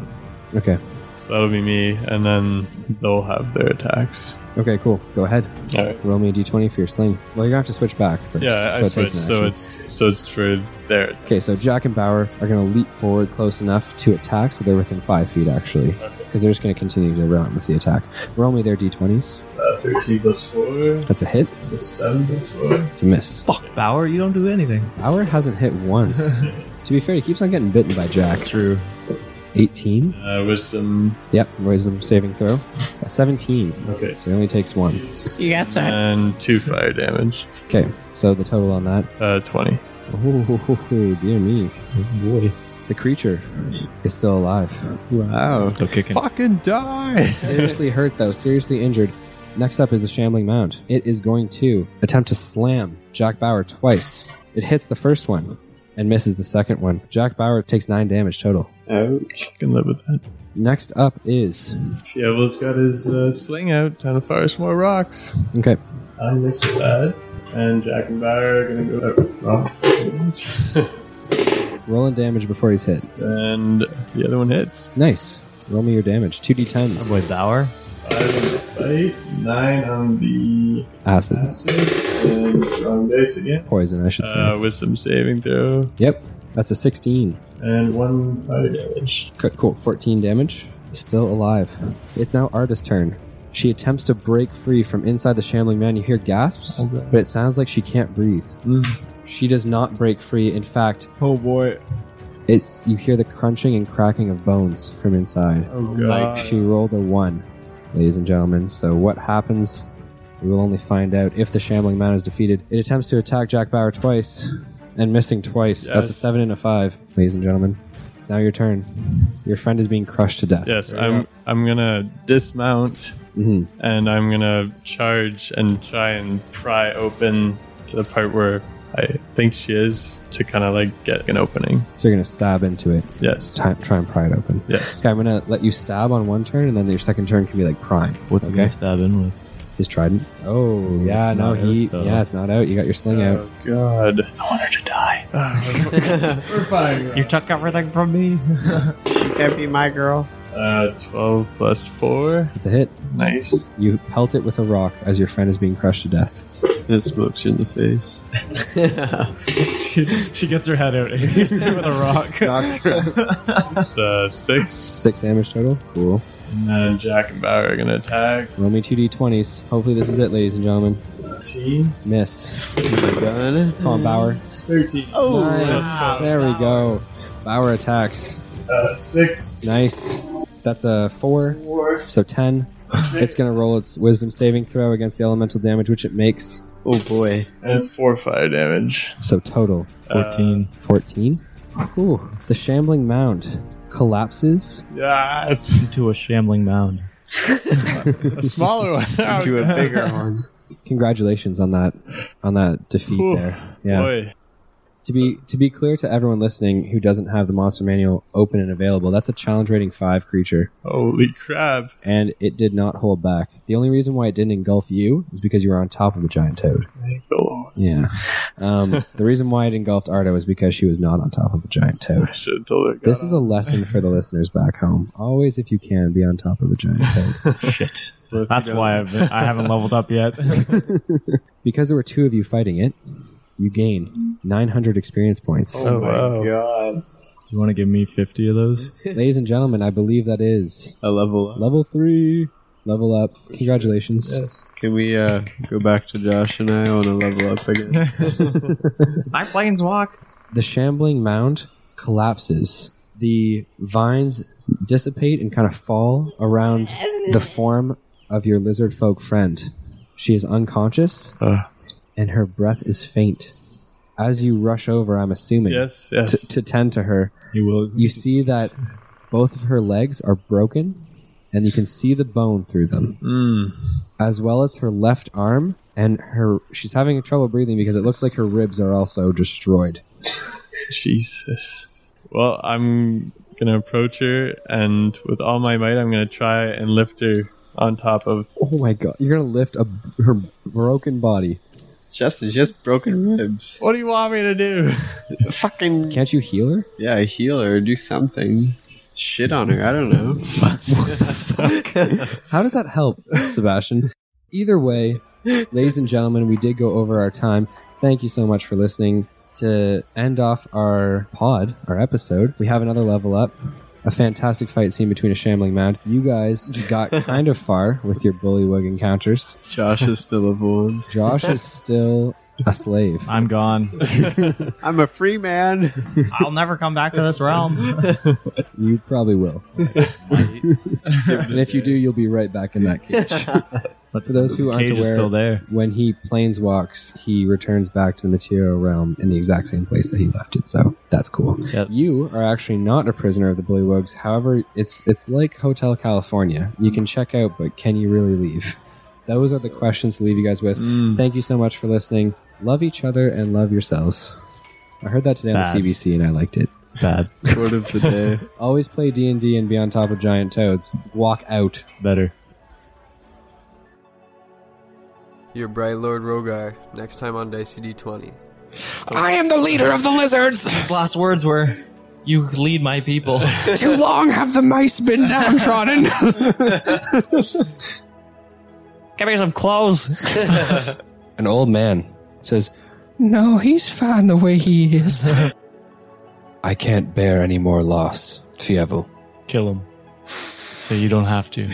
Speaker 1: Okay.
Speaker 4: So that'll be me, and then they'll have their attacks.
Speaker 1: Okay, cool. Go ahead.
Speaker 4: All right.
Speaker 1: Roll me a d20 for your sling. Well, you're going to have to switch back first.
Speaker 4: Yeah, I
Speaker 1: so it takes
Speaker 4: switched.
Speaker 1: an
Speaker 4: So
Speaker 1: action.
Speaker 4: it's so it's for their. attack.
Speaker 1: Okay, so Jack and Bauer are going to leap forward close enough to attack, so they're within five feet actually, because they're just going to continue to relentlessly attack. Roll me their d20s.
Speaker 4: Uh, Thirteen plus four,
Speaker 1: That's a hit.
Speaker 4: plus seven plus four.
Speaker 1: It's a miss.
Speaker 3: Fuck, Bauer, you don't do anything.
Speaker 1: Bauer hasn't hit once. to be fair, he keeps on getting bitten by Jack.
Speaker 3: True.
Speaker 1: 18.
Speaker 4: Uh, wisdom
Speaker 1: Yep, wisdom saving throw. A 17.
Speaker 4: Okay.
Speaker 1: So he only takes one.
Speaker 5: You got that.
Speaker 4: and two fire damage.
Speaker 1: Okay, so the total on that.
Speaker 4: Uh, twenty.
Speaker 1: Oh, dear me.
Speaker 3: boy.
Speaker 1: The creature is still alive.
Speaker 2: Wow.
Speaker 3: Still kicking.
Speaker 2: Fucking die!
Speaker 1: Seriously hurt, though. Seriously injured. Next up is the Shambling Mound. It is going to attempt to slam Jack Bauer twice. It hits the first one and misses the second one. Jack Bauer takes 9 damage total.
Speaker 2: Ouch.
Speaker 4: Can live with that.
Speaker 1: Next up is.
Speaker 4: Fievel's got his uh, sling out. Time to fire some more rocks.
Speaker 1: Okay,
Speaker 4: I miss that. And Jack and Bauer are gonna go out with rock.
Speaker 1: rolling damage before he's hit.
Speaker 4: and the other one hits.
Speaker 1: Nice. Roll me your damage. 2d10s.
Speaker 3: Oh, Boy, Bauer.
Speaker 4: Five on the fight, nine on the
Speaker 1: Acid.
Speaker 4: acid, and wrong dice again.
Speaker 1: Poison, I should say.
Speaker 4: Uh, wisdom saving throw,
Speaker 1: Yep, that's a 16.
Speaker 4: and one fire damage.
Speaker 1: C- cool, 14 damage. Still alive. It's now Arda's turn. She attempts to break free from inside the shambling man. You hear gasps,
Speaker 4: Okay.
Speaker 1: but it sounds like she can't breathe. She does not break free. In fact,
Speaker 4: Oh boy.
Speaker 1: it's you hear the crunching and cracking of bones from inside.
Speaker 4: Oh god.
Speaker 1: She rolled a one, ladies and gentlemen. So what happens? We will only find out if the shambling man is defeated. It attempts to attack Jack Bauer twice, and missing twice. That's a
Speaker 4: Yes.
Speaker 1: seven and a five, ladies and gentlemen. It's now your turn. Your friend is being crushed to death.
Speaker 4: Yes, I'm I'm gonna dismount
Speaker 1: hmm
Speaker 4: and I'm gonna charge and try and pry open to the part where I think she is to kind of like get an opening.
Speaker 1: So you're gonna stab into it.
Speaker 4: Yes.
Speaker 1: Ti- try and pry it open.
Speaker 4: Yes.
Speaker 1: Okay, I'm gonna let you stab on one turn, and then your second turn can be like prying.
Speaker 3: What's he
Speaker 1: okay?
Speaker 3: gonna stab in with?
Speaker 1: His trident. Oh yeah,
Speaker 3: It's
Speaker 1: no
Speaker 3: not out,
Speaker 1: he.
Speaker 3: though.
Speaker 1: yeah, it's not out. You got your sling out.
Speaker 4: Oh god.
Speaker 3: I want her to die.
Speaker 4: We're fine.
Speaker 3: You took everything from me.
Speaker 5: She can't be my girl.
Speaker 4: Uh, 12 plus 4.
Speaker 1: It's a hit.
Speaker 4: Nice.
Speaker 1: You pelt it with a rock as your friend is being crushed to death.
Speaker 2: That smokes you in the face.
Speaker 3: she gets her head out and hits it with a rock.
Speaker 4: It's uh, 6.
Speaker 1: Six damage total. Cool.
Speaker 4: And then Jack and Bauer are going to attack.
Speaker 1: Roll me two d20s. Hopefully this is it, ladies and gentlemen.
Speaker 4: 13.
Speaker 1: Miss.
Speaker 2: my god.
Speaker 1: Come on, Bauer.
Speaker 4: 13. Oh,
Speaker 1: nice. There we go. Bauer attacks.
Speaker 4: Uh, 6.
Speaker 1: Nice. That's a four.
Speaker 4: 4.
Speaker 1: So ten. It's gonna roll its wisdom saving throw against the elemental damage, which it makes.
Speaker 2: Oh boy.
Speaker 4: And 4 fire damage.
Speaker 1: So total
Speaker 3: Fourteen.
Speaker 1: 14. Ooh, the shambling mound collapses.
Speaker 4: Yeah, it's
Speaker 3: into a shambling mound.
Speaker 4: a smaller one. Oh,
Speaker 2: Into a
Speaker 4: God.
Speaker 2: bigger one.
Speaker 1: Congratulations on that on that defeat
Speaker 4: Ooh,
Speaker 1: there. Yeah.
Speaker 4: Boy.
Speaker 1: To be to be clear to everyone listening who doesn't have the monster manual open and available, that's a challenge rating 5 creature
Speaker 4: Holy crap.
Speaker 1: and it did not hold back. The only reason why it didn't engulf you is because you were on top of a giant toad.
Speaker 4: Thank the Lord.
Speaker 1: Yeah. Um, the reason why it engulfed Arda was because she was not on top of a giant toad.
Speaker 4: I should have told her.
Speaker 1: This is a lesson for the listeners back home. Always, if you can, be on top of a giant toad.
Speaker 3: Shit. That's why I've been, I haven't leveled up yet.
Speaker 1: Because there were two of you fighting it, you gain 900 experience points.
Speaker 4: Oh, wow.
Speaker 2: god.
Speaker 3: you want to give me fifty of those?
Speaker 1: Ladies and gentlemen, I believe that is
Speaker 2: A level up.
Speaker 1: level three. Level up. Congratulations.
Speaker 2: Can we uh, go back to Josh and I on a level up again?
Speaker 3: I planeswalk.
Speaker 1: The shambling mound collapses. The vines dissipate and kind of fall around the form of your lizard folk friend. She is unconscious
Speaker 4: Uh,
Speaker 1: and her breath is faint. As you rush over, I'm assuming,
Speaker 4: yes, yes.
Speaker 1: to, to tend to her,
Speaker 3: You will.
Speaker 1: you see that both of her legs are broken and you can see the bone through them
Speaker 4: Mm.
Speaker 1: as well as her left arm and her she's having trouble breathing because it looks like her ribs are also destroyed
Speaker 4: Jesus. Well, I'm gonna approach her, and with all my might, I'm gonna try and lift her on top of.
Speaker 1: oh my god you're gonna lift a, her broken body
Speaker 2: Justin, she has broken ribs.
Speaker 4: What do you want me to do?
Speaker 2: Fucking.
Speaker 1: can't you heal her
Speaker 2: Yeah, heal her, do something. Shit on her, I don't know.
Speaker 1: how does that help sebastian either way ladies and gentlemen we did go over our time thank you so much for listening to end off our pod our episode we have another level up a fantastic fight scene between a shambling mound you guys got kind of far with your bullywug encounters
Speaker 2: Josh is still a one.
Speaker 1: Josh is still a slave.
Speaker 3: I'm gone.
Speaker 2: I'm a free man.
Speaker 6: I'll never come back to this realm.
Speaker 1: You probably will. and if you do, you'll be right back in that cage.
Speaker 3: But
Speaker 1: For those who aren't
Speaker 3: Cage is still
Speaker 1: aware,
Speaker 3: there.
Speaker 1: when he planeswalks, he returns back to the material realm in the exact same place that he left it. So that's cool.
Speaker 3: Yep.
Speaker 1: You are actually not a prisoner of the Bullywugs. However, it's it's like Hotel California. You can check out, but can you really leave? Those are the questions to leave you guys with.
Speaker 3: Mm.
Speaker 1: Thank you so much for listening. Love each other and love yourselves. I heard that today on
Speaker 3: Bad.
Speaker 1: the CBC and I liked it.
Speaker 3: Bad.
Speaker 2: Quote of the day.
Speaker 1: Always play D and D and be on top of giant toads. Walk out.
Speaker 3: Better.
Speaker 7: Your Bright Lord Rogar, next time on Dicey D20.
Speaker 8: I am the leader of the lizards.
Speaker 6: His last words were, "You lead my people."
Speaker 8: Too long have the mice been downtrodden.
Speaker 6: Give me some clothes.
Speaker 1: An old man says,
Speaker 8: no, he's fine the way he is.
Speaker 1: "I can't bear any more loss, Fievel."
Speaker 3: Kill him. So you don't have to.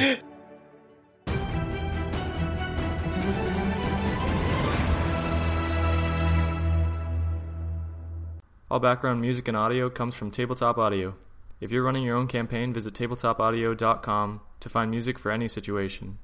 Speaker 9: All background music and audio comes from Tabletop Audio. If you're running your own campaign, visit tabletopaudio.com to find music for any situation.